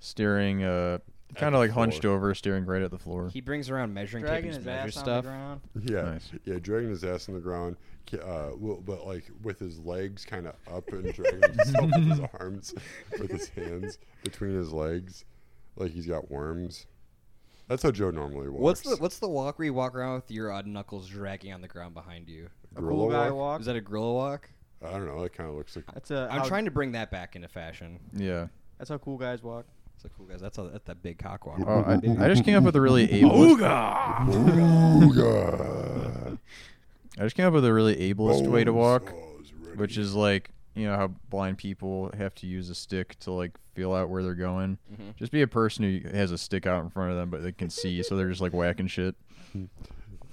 Speaker 4: staring, uh,
Speaker 2: At
Speaker 4: kind
Speaker 2: the
Speaker 4: of like hunched
Speaker 2: floor.
Speaker 4: over, staring right at the floor.
Speaker 3: He brings around measuring tape
Speaker 1: Dragging
Speaker 3: and
Speaker 1: his
Speaker 3: measure
Speaker 1: ass on
Speaker 3: stuff.
Speaker 1: the ground.
Speaker 2: yeah,
Speaker 4: Nice.
Speaker 2: yeah. Dragging his ass on the ground, ca- uh, well, but like with his legs kind of up and dragging himself with his arms, with his hands between his legs, like he's got worms. That's how Joe normally
Speaker 3: What's
Speaker 2: walks.
Speaker 3: the what's the walk where you walk around with your uh, knuckles dragging on the ground behind you?
Speaker 1: A cool guy
Speaker 2: Gorilla walk?
Speaker 1: walk.
Speaker 3: Is that a gorilla walk?
Speaker 2: I don't know. That kind of looks like
Speaker 1: That's a.
Speaker 3: I'm
Speaker 1: how-
Speaker 3: trying to bring that back into fashion.
Speaker 4: Yeah.
Speaker 1: That's how cool guys walk.
Speaker 3: It's like, cool guys, that's a, that's that big cock walk.
Speaker 4: Oh, I, I just came up with a really ableist.
Speaker 2: Ooga.
Speaker 4: I just came up with a really ableist way to walk,
Speaker 2: Bonesaws ready.
Speaker 4: which is like you know how blind people have to use a stick to like feel out where they're going.
Speaker 3: Mm-hmm.
Speaker 4: Just be a person who has a stick out in front of them, but they can see, so they're just like whacking shit.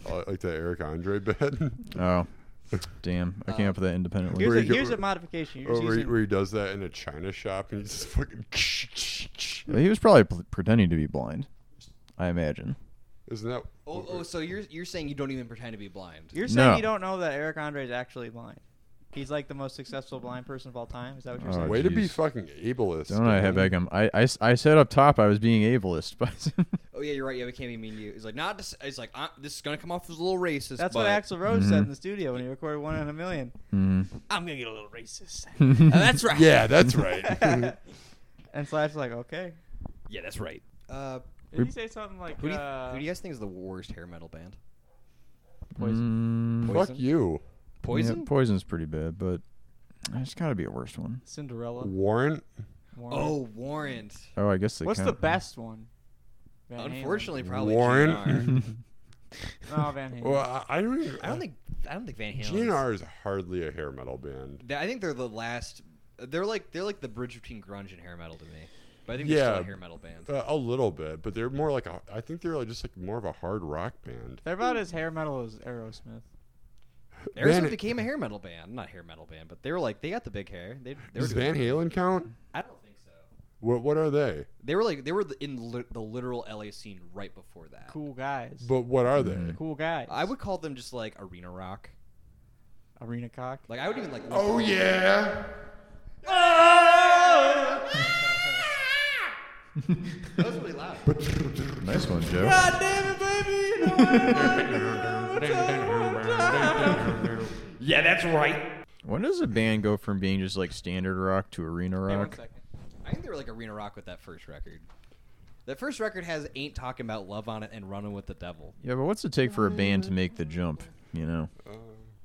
Speaker 2: I like the Eric Andre bit.
Speaker 4: Oh, damn! I came up with that independently.
Speaker 1: Here's
Speaker 2: Where
Speaker 1: a,
Speaker 2: you go-
Speaker 1: here's a modification. You're
Speaker 2: Or
Speaker 1: just
Speaker 2: Oh, where, he,
Speaker 1: using,
Speaker 2: where he does that in a china shop and he's just fucking.
Speaker 4: He was probably pl- pretending to be blind, I imagine.
Speaker 2: Isn't that?
Speaker 3: Oh, oh, so you're you're saying you don't even pretend to be blind?
Speaker 1: you're saying
Speaker 4: No.
Speaker 1: you don't know that Eric Andre is actually blind. He's like the most successful blind person of all time. Is that what you're
Speaker 4: Oh,
Speaker 1: saying?
Speaker 2: Way to be
Speaker 4: geez.
Speaker 2: fucking ableist.
Speaker 4: Don't I have
Speaker 2: Dylan.
Speaker 4: Eggum? I, I, s- I said up top I was being ableist, but
Speaker 3: Oh yeah, you're right. Yeah, we can't be mean to you. He's like, not. Dis- he's like, uh, this is gonna come off as a little racist.
Speaker 1: That's
Speaker 3: but
Speaker 1: what Axl Rose
Speaker 4: Mhm.
Speaker 1: said in
Speaker 3: Mm-hmm.
Speaker 1: the studio when he recorded One in a Million.
Speaker 4: Mhm.
Speaker 5: I'm gonna get a little racist.
Speaker 4: Hmm.
Speaker 3: Uh, that's right.
Speaker 2: Yeah, that's right.
Speaker 1: And Slash was like, okay.
Speaker 3: yeah, that's right. Uh,
Speaker 1: Did he say something like,
Speaker 3: who do, you,
Speaker 1: uh,
Speaker 3: who do you guys think is the worst hair metal band?
Speaker 4: Mm,
Speaker 2: Fuck
Speaker 3: Poison?
Speaker 2: you,
Speaker 3: Poison.
Speaker 4: yeah, poison's pretty bad, but there's got to be a worse one.
Speaker 1: Cinderella?
Speaker 2: Warren.
Speaker 1: Warren?
Speaker 3: Oh, Warrant.
Speaker 4: Oh, I guess they
Speaker 1: What's the
Speaker 4: count.
Speaker 1: best one? Van Halen.
Speaker 3: Unfortunately, probably
Speaker 2: Warrant. Mm-hmm.
Speaker 3: GNR.
Speaker 1: No, Oh, Van Halen.
Speaker 2: Well, I, I don't. Even,
Speaker 3: I don't think. I don't think Van Halen.
Speaker 2: GNR is hardly a hair metal band.
Speaker 3: I think they're the last. They're like they're like the bridge between grunge and hair metal to me. But I think they're
Speaker 2: Yeah.
Speaker 3: still a hair metal band.
Speaker 2: Uh, a little bit, but they're more like a. I think they're like just like more of a hard rock band.
Speaker 1: They're about as hair metal as Aerosmith.
Speaker 3: Aerosmith
Speaker 2: Van-
Speaker 3: became a hair metal band, not hair metal band, but they were like they got the big hair. They, they were
Speaker 2: Does Van Halen count?
Speaker 3: I don't think so.
Speaker 2: What What are they?
Speaker 3: They were like they were the, in li- the literal LA scene right before that.
Speaker 1: Cool guys.
Speaker 2: But what are they?
Speaker 3: Mm,
Speaker 1: cool guys.
Speaker 3: I would call them just like arena rock.
Speaker 1: Arena Cock.
Speaker 3: Like I would even like.
Speaker 2: Oh yeah.
Speaker 3: that was really loud.
Speaker 4: Nice one, Joe.
Speaker 3: yeah, that's right.
Speaker 4: When does a band go from being just like standard rock to arena
Speaker 1: Hey, one
Speaker 4: rock?
Speaker 1: second.
Speaker 3: I think they were like arena rock with that first record. That first record has "Ain't Talking About Love" on it and "Running with the Devil."
Speaker 4: Yeah, but what's it take for a band to make the jump? You know,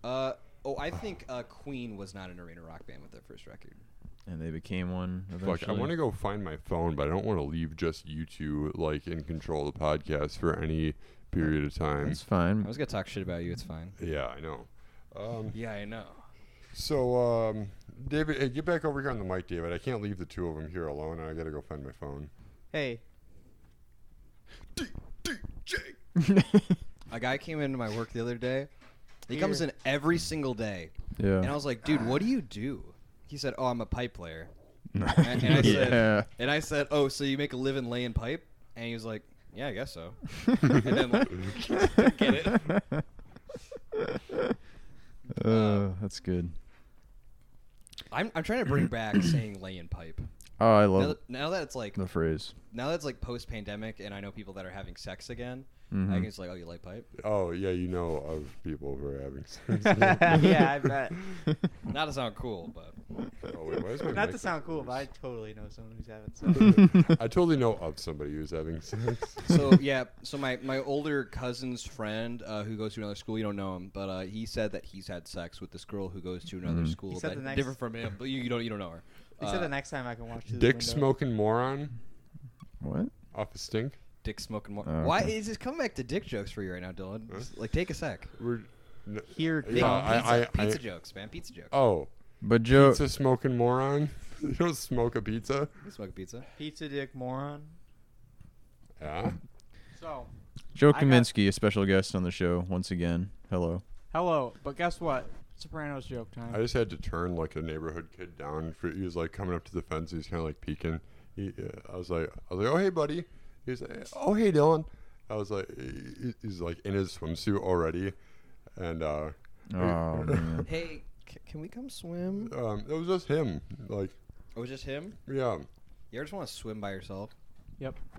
Speaker 3: Uh, oh, I think uh, Queen was not an arena rock band with their first record.
Speaker 4: and they became one. Eventually.
Speaker 2: Fuck, I want to go find my phone, but I don't want to leave just you two like in control of the podcast for any period of time.
Speaker 4: That's fine.
Speaker 3: I was gonna talk shit about you. It's fine.
Speaker 2: Yeah, I know. Um,
Speaker 3: Yeah, I know.
Speaker 2: so, um, David, hey, get back over here on the mic, David. I can't leave the two of them here alone. I gotta go find my phone.
Speaker 1: Hey,
Speaker 3: A guy came into my work the other day. He comes in every single day, and I
Speaker 4: yeah.
Speaker 3: was like, "Dude, what do you do?" He said, "Oh, I'm a pipe player." And, and I said,
Speaker 4: Yeah.
Speaker 3: "And I said, oh, so you make a living laying pipe?" And he was like, "Yeah, I guess so." and then like, get it.
Speaker 4: Uh, that's good.
Speaker 3: I'm, I'm trying to bring back saying laying pipe.
Speaker 4: Oh, I
Speaker 3: Now,
Speaker 4: love
Speaker 3: that- now that it's like
Speaker 4: the phrase.
Speaker 3: now that's like post pandemic, and I know people that are having sex again. I
Speaker 4: Mhm.
Speaker 3: can just like, oh, you lay pipe?
Speaker 2: Oh, yeah, you know of people who are having sex.
Speaker 1: yeah, I bet.
Speaker 3: Not to sound cool, but
Speaker 2: oh, wait, why is my
Speaker 1: Not
Speaker 2: mic
Speaker 1: to sound cool, but I
Speaker 2: worse?
Speaker 1: totally know someone who's having sex.
Speaker 2: I totally know of somebody who's having sex.
Speaker 3: so yeah. So my my older cousin's friend uh, who goes to another school, you don't know him, but uh, he said that he's had sex with this girl who goes to
Speaker 4: Mm-hmm.
Speaker 3: another school
Speaker 1: He said
Speaker 3: that-
Speaker 1: the next-
Speaker 3: different from him, but you, you don't you don't know her.
Speaker 1: He
Speaker 3: Uh,
Speaker 1: said the next time I can watch through the
Speaker 2: Dick
Speaker 1: window.
Speaker 2: smoking moron
Speaker 4: What?
Speaker 2: off a stink.
Speaker 3: Dick smoking more.
Speaker 4: Oh,
Speaker 3: Why
Speaker 4: okay.
Speaker 3: is this coming back to dick jokes for you right now, Dylan? Just, like, take a sec.
Speaker 2: We're, n-
Speaker 1: Here,
Speaker 2: Yeah,
Speaker 1: come-
Speaker 2: I-
Speaker 3: pizza,
Speaker 2: I-
Speaker 3: pizza
Speaker 2: I-
Speaker 3: jokes, man. Pizza jokes.
Speaker 2: oh,
Speaker 4: But Joe,
Speaker 2: pizza smoking moron. you don't smoke a pizza.
Speaker 3: You smoke pizza.
Speaker 1: pizza dick moron.
Speaker 2: Yeah.
Speaker 1: So,
Speaker 4: Joe
Speaker 1: I got-
Speaker 4: Kaminsky, a special guest on the show once again. Hello.
Speaker 1: hello, but guess what? Sopranos joke time.
Speaker 2: I just had to turn like a neighborhood kid down. For, he was like coming up to the fence. He was kind of like peeking. He, uh, I was like, I was like, oh hey buddy. He was like, oh hey Dylan. I was like, he- he's like in his swimsuit already, and uh,
Speaker 4: Oh man.
Speaker 3: Hey, c- can we come swim?
Speaker 2: um, it was just him. Like,
Speaker 3: Oh, it's just him?
Speaker 2: yeah,
Speaker 3: You ever just want to swim by yourself?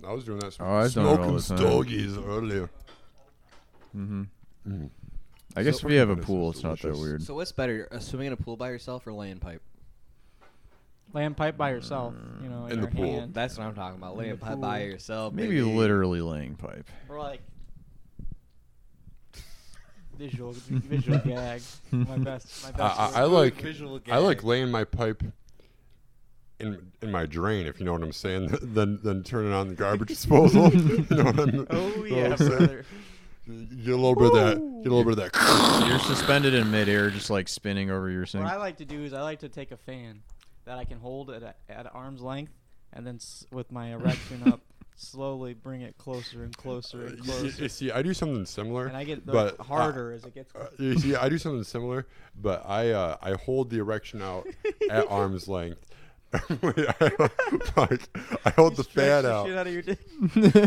Speaker 2: I was doing that. Sm-
Speaker 4: Oh, I've done it all
Speaker 2: smoking
Speaker 4: the time.
Speaker 2: stogies earlier.
Speaker 4: Mm-hmm.
Speaker 2: Mm.
Speaker 4: I guess
Speaker 2: So-
Speaker 4: if you have a
Speaker 2: This is
Speaker 4: pool, it's not that
Speaker 2: delicious.
Speaker 4: weird.
Speaker 3: So what's better, uh, swimming in a pool by yourself or laying pipe?
Speaker 1: Land pipe by yourself, you know, in,
Speaker 2: Mm, In the
Speaker 1: your
Speaker 2: pool.
Speaker 1: hand.
Speaker 3: That's what I'm talking about. Laying
Speaker 1: the
Speaker 3: pipe by
Speaker 1: pool.
Speaker 3: yourself.
Speaker 4: Maybe
Speaker 3: baby.
Speaker 4: literally laying pipe.
Speaker 1: Or like visual, visual gag. My best, my best.
Speaker 2: I, I, I
Speaker 1: work.
Speaker 2: like
Speaker 3: visual
Speaker 2: I like
Speaker 3: gag.
Speaker 2: laying my pipe in in my drain, if you know what I'm saying. then then turning on the garbage disposal. you know what I'm,
Speaker 1: Oh
Speaker 2: you know
Speaker 1: yeah,
Speaker 2: what I'm saying?
Speaker 1: brother.
Speaker 2: Get a little bit of that. Get a little bit of that.
Speaker 4: You're suspended in midair, just like spinning over your sink.
Speaker 1: What I like to do is I like to take a fan that I can hold at, a, at arm's length, and then s- with my erection up, slowly bring it closer and closer and
Speaker 2: You- you,
Speaker 1: closer,
Speaker 2: you see, I do something similar,
Speaker 1: and I get the
Speaker 2: but
Speaker 1: harder as it gets.
Speaker 2: Uh, you see, I do something similar, but I uh, I hold the erection out at arm's length, Wait, I, like, I hold the fan out.
Speaker 1: Shit out of your dick.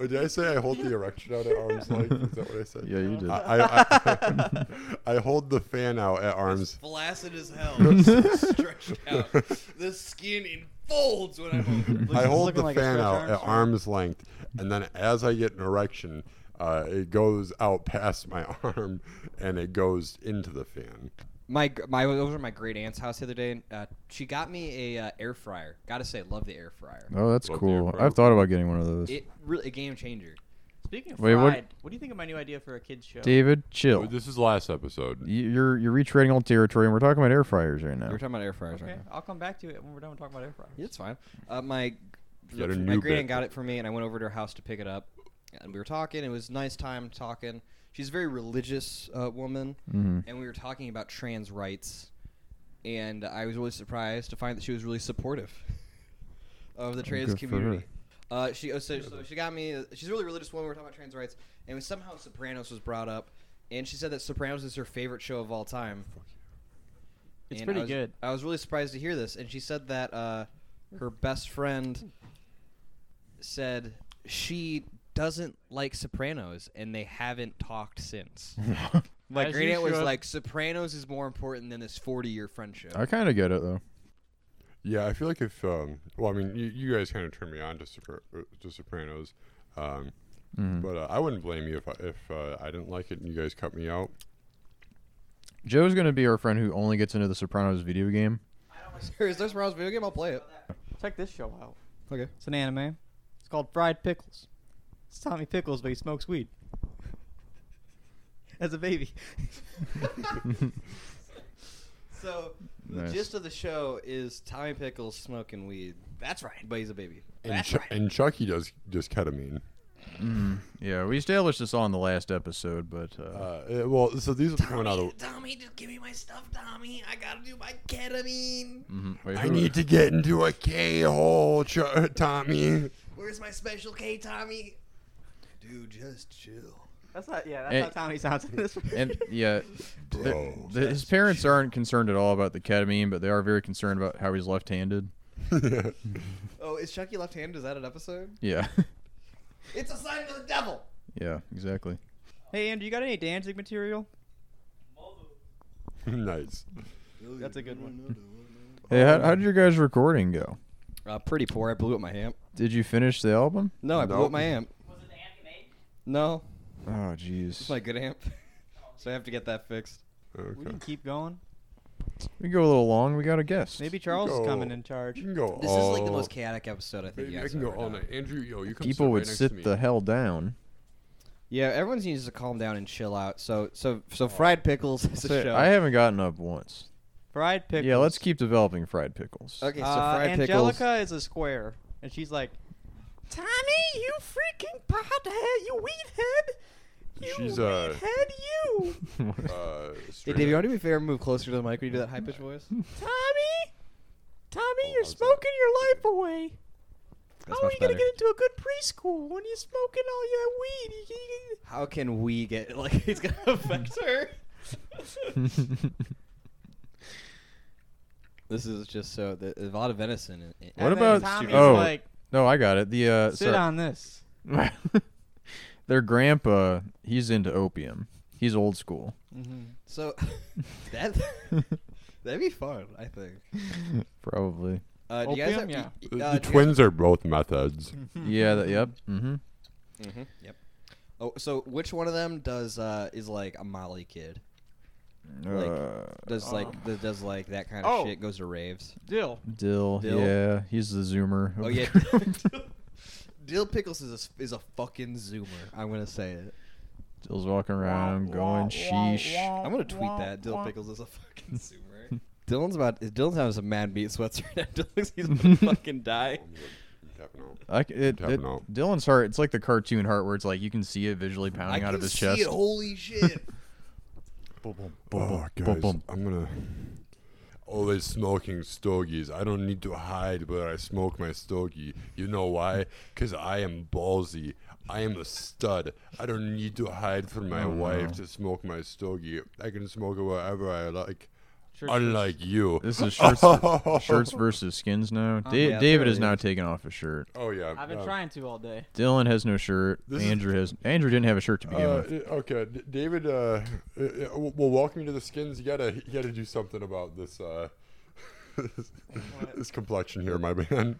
Speaker 2: Or did I say I hold the erection out at arm's length? Is that what I said?
Speaker 4: Yeah, you did.
Speaker 2: I, I, I, I hold the fan out at arms.
Speaker 3: Flaccid as hell, stretched out. The skin enfolds when I'm over.
Speaker 2: I
Speaker 1: It's
Speaker 2: hold
Speaker 1: looking
Speaker 2: the
Speaker 1: like a
Speaker 2: fan
Speaker 1: stretch
Speaker 2: out at
Speaker 1: Armstrong.
Speaker 2: arm's length, and then as I get an erection, uh, it goes out past my arm and it goes into the fan.
Speaker 3: my gr- my I was over at my great aunt's house the other day, and uh, she got me a uh, air fryer. Gotta say, love the air fryer.
Speaker 4: oh, that's
Speaker 2: Love the
Speaker 4: cool.
Speaker 2: air fryer.
Speaker 4: I've thought about getting one of those.
Speaker 3: It really a game changer.
Speaker 1: Speaking of
Speaker 4: Wait, what-
Speaker 1: fried, what? do you think of my new idea for a kids show?
Speaker 4: David, chill.
Speaker 2: This is last episode.
Speaker 4: You- You're you're retreading old territory, and we're talking about air fryers right
Speaker 3: We
Speaker 4: now.
Speaker 3: were talking about air fryers
Speaker 1: Okay,
Speaker 3: right now.
Speaker 1: I'll come back to it when we're done talking about air fryer.
Speaker 3: Yeah, It's fine. Uh, my
Speaker 2: got
Speaker 3: my
Speaker 2: a new
Speaker 3: great aunt
Speaker 2: bit.
Speaker 3: got it for me, and I went over to her house to pick it up, and we were talking. It was nice time talking. She's a very religious uh, woman,
Speaker 2: Mm-hmm.
Speaker 3: and we were talking about trans rights, and I was really surprised to find that she was really supportive of
Speaker 2: Oh,
Speaker 3: the trans
Speaker 4: good for her.
Speaker 3: community. Uh, she oh, so, so she got me. uh, She's a really religious woman. We We're talking about trans rights, and was somehow Sopranos was brought up, and she said that Sopranos is her favorite show of all time.
Speaker 1: It's
Speaker 3: And
Speaker 1: pretty
Speaker 3: I was,
Speaker 1: good.
Speaker 3: I was really surprised to hear this, and she said that uh, her best friend said she doesn't like Sopranos, and they haven't talked since. My
Speaker 1: As
Speaker 3: great
Speaker 1: you
Speaker 3: aunt was
Speaker 1: should.
Speaker 3: like, "Sopranos is more important than this forty-year friendship."
Speaker 4: I kind of get it though.
Speaker 2: Yeah, I feel like if um, well, I mean, you, you guys kind of turned me on to, Sopra- to Sopranos, um, but uh, I wouldn't blame you if I, if uh, I didn't like it and you guys cut me out.
Speaker 4: Joe's gonna be our friend who only gets into the Sopranos video game.
Speaker 3: is there Sopranos video game? I'll play it.
Speaker 1: Check this show out.
Speaker 3: Okay.
Speaker 1: It's an anime. It's called Fried Pickles. It's Tommy Pickles, but he smokes weed. As a baby.
Speaker 3: So the
Speaker 4: Nice.
Speaker 3: gist of the show is Tommy Pickles smoking weed. That's right, but he's a baby.
Speaker 2: And, Ch- and Chucky does does ketamine.
Speaker 4: Yeah, we established this all in the last episode, but uh,
Speaker 2: Uh, eh, well, so these are coming out of.
Speaker 3: Tommy, just give me my stuff, Tommy. I gotta do my ketamine.
Speaker 4: mhm. Wait,
Speaker 2: I
Speaker 4: who-
Speaker 2: need to get into a K hole, Ch- Tommy.
Speaker 3: Where's my special K, Tommy? Dude, just chill.
Speaker 1: That's not yeah, that's
Speaker 4: Hey.
Speaker 1: how Tommy sounds in this one.
Speaker 4: and yeah, th-
Speaker 2: Bro.
Speaker 4: th- his parents aren't concerned at all about the ketamine, but they are very concerned about how he's left-handed.
Speaker 3: Oh, is Chucky left-handed? Is that an episode?
Speaker 4: Yeah,
Speaker 3: It's a sign of the devil.
Speaker 4: yeah, exactly.
Speaker 1: Hey Andrew, you got any Danzig material?
Speaker 2: nice.
Speaker 1: That's a good one.
Speaker 4: Hey, how, how did your guys' recording go?
Speaker 3: Uh, pretty poor. I blew up my amp.
Speaker 4: Did you finish the album?
Speaker 3: No, I blew
Speaker 2: Nope.
Speaker 3: up my amp.
Speaker 5: Was it the amp you made?
Speaker 3: No,
Speaker 4: Oh,
Speaker 3: it's
Speaker 4: jeez.
Speaker 3: my good amp. so I have to get that fixed.
Speaker 1: We
Speaker 2: Okay.
Speaker 1: can keep going.
Speaker 4: we go a little long. We got a guest.
Speaker 1: Maybe Charles
Speaker 2: Go.
Speaker 1: is coming in charge.
Speaker 2: You can go.
Speaker 3: This
Speaker 2: all,
Speaker 3: is like the most chaotic episode I think.
Speaker 2: Baby,
Speaker 3: you
Speaker 2: Oh. I
Speaker 3: guys
Speaker 2: can
Speaker 3: have
Speaker 2: go
Speaker 3: ever
Speaker 2: all
Speaker 3: done.
Speaker 2: night. Andrew, yo, you come
Speaker 4: people
Speaker 2: sit
Speaker 4: would
Speaker 2: right next to
Speaker 4: sit
Speaker 2: me.
Speaker 4: the hell down.
Speaker 3: Yeah, everyone needs to calm down and chill out. So, so, so, fried pickles is a show.
Speaker 4: I haven't gotten up once.
Speaker 1: Fried pickles.
Speaker 4: Yeah, let's keep developing fried pickles.
Speaker 3: okay, so
Speaker 1: Uh,
Speaker 3: fried pickles.
Speaker 1: Angelica is a square, and she's like, "Tommy, you freaking pothead, you weed head, you
Speaker 2: She's,
Speaker 1: weed
Speaker 2: uh,
Speaker 1: head, you,
Speaker 2: Uh,
Speaker 3: Hey,
Speaker 2: straight
Speaker 3: Dave, you
Speaker 2: up.
Speaker 3: want to do me a favor? and Move closer to the mic when you do that high pitched voice.
Speaker 1: Tommy, Tommy, you're
Speaker 2: how's that?
Speaker 1: smoking your life away.
Speaker 3: That's
Speaker 1: How are
Speaker 3: much
Speaker 1: you gonna
Speaker 3: better.
Speaker 1: get into a good preschool when you're smoking all your weed? You- you- you-
Speaker 3: How can we get like it's gonna affect her? this is just so the, a lot of venison. In, in,
Speaker 4: What
Speaker 1: And then
Speaker 4: about-
Speaker 1: Tommy's
Speaker 4: oh,
Speaker 1: like,
Speaker 4: No, I got it. The uh,
Speaker 1: sit
Speaker 4: sorry.
Speaker 1: on this.
Speaker 4: Their grandpa, he's into opium. He's old school.
Speaker 1: Mm-hmm.
Speaker 3: so that that'd be fun, I think.
Speaker 4: Probably.
Speaker 3: Uh, do you guys have,
Speaker 1: Opium, yeah.
Speaker 3: y-
Speaker 2: The-
Speaker 3: y- uh,
Speaker 2: the
Speaker 3: do you
Speaker 2: twins are both methods.
Speaker 3: Hmm.
Speaker 4: yeah. That, yep. Mm-hmm.
Speaker 3: guys- Mhm, Yep. Oh, so which one of them does uh is like a Molly kid? Like,
Speaker 4: Uh,
Speaker 3: Does like the, does like that kind of
Speaker 1: Oh.
Speaker 3: shit goes to raves?
Speaker 1: Dill.
Speaker 4: Dill,
Speaker 3: Dill?
Speaker 4: Yeah, he's the zoomer. of
Speaker 3: Oh
Speaker 4: the
Speaker 3: yeah.
Speaker 4: group.
Speaker 3: Dill Pickles is a, s- is a fucking zoomer. I'm gonna say it.
Speaker 4: Dill's walking around going sheesh.
Speaker 3: I'm gonna tweet that. Dylan Pickles is a fucking zoomer. Dylan's about. Dylan's having some mad meat sweats right now. Dylan thinks he's gonna fucking die.
Speaker 4: I c it,
Speaker 2: Tapping
Speaker 4: it,
Speaker 2: out.
Speaker 4: Dylan's heart. It's like the cartoon heart where it's like you can see it visually
Speaker 3: I
Speaker 4: pounding
Speaker 3: can
Speaker 4: out of his
Speaker 3: see
Speaker 4: chest.
Speaker 3: it. Holy shit!
Speaker 2: Oh,
Speaker 4: boom,
Speaker 2: guys,
Speaker 4: boom.
Speaker 2: I'm gonna. Always smoking stogies. I don't need to hide where I smoke my stogie. You know why? Because I am ballsy. I am a stud. I don't
Speaker 4: Oh,
Speaker 2: need to hide from my wife to smoke my stogie. I can smoke it wherever I like.
Speaker 1: Shirts versus-
Speaker 2: Unlike you.
Speaker 4: This is shirts, shirts versus skins now. Da-
Speaker 3: Oh, yeah,
Speaker 4: David
Speaker 3: there
Speaker 4: has
Speaker 3: it
Speaker 4: now
Speaker 3: is.
Speaker 4: taken off his shirt.
Speaker 2: Oh yeah.
Speaker 1: I've been
Speaker 2: um,
Speaker 1: trying to all day.
Speaker 4: Dylan has no shirt.
Speaker 2: This is-
Speaker 4: Andrew has. Andrew didn't have a shirt to begin
Speaker 2: Uh,
Speaker 4: with.
Speaker 2: d- okay, D- David. Uh, uh, uh, well, welcome to the skins. You gotta, you gotta do something about this. Uh, this, this complexion here, my man.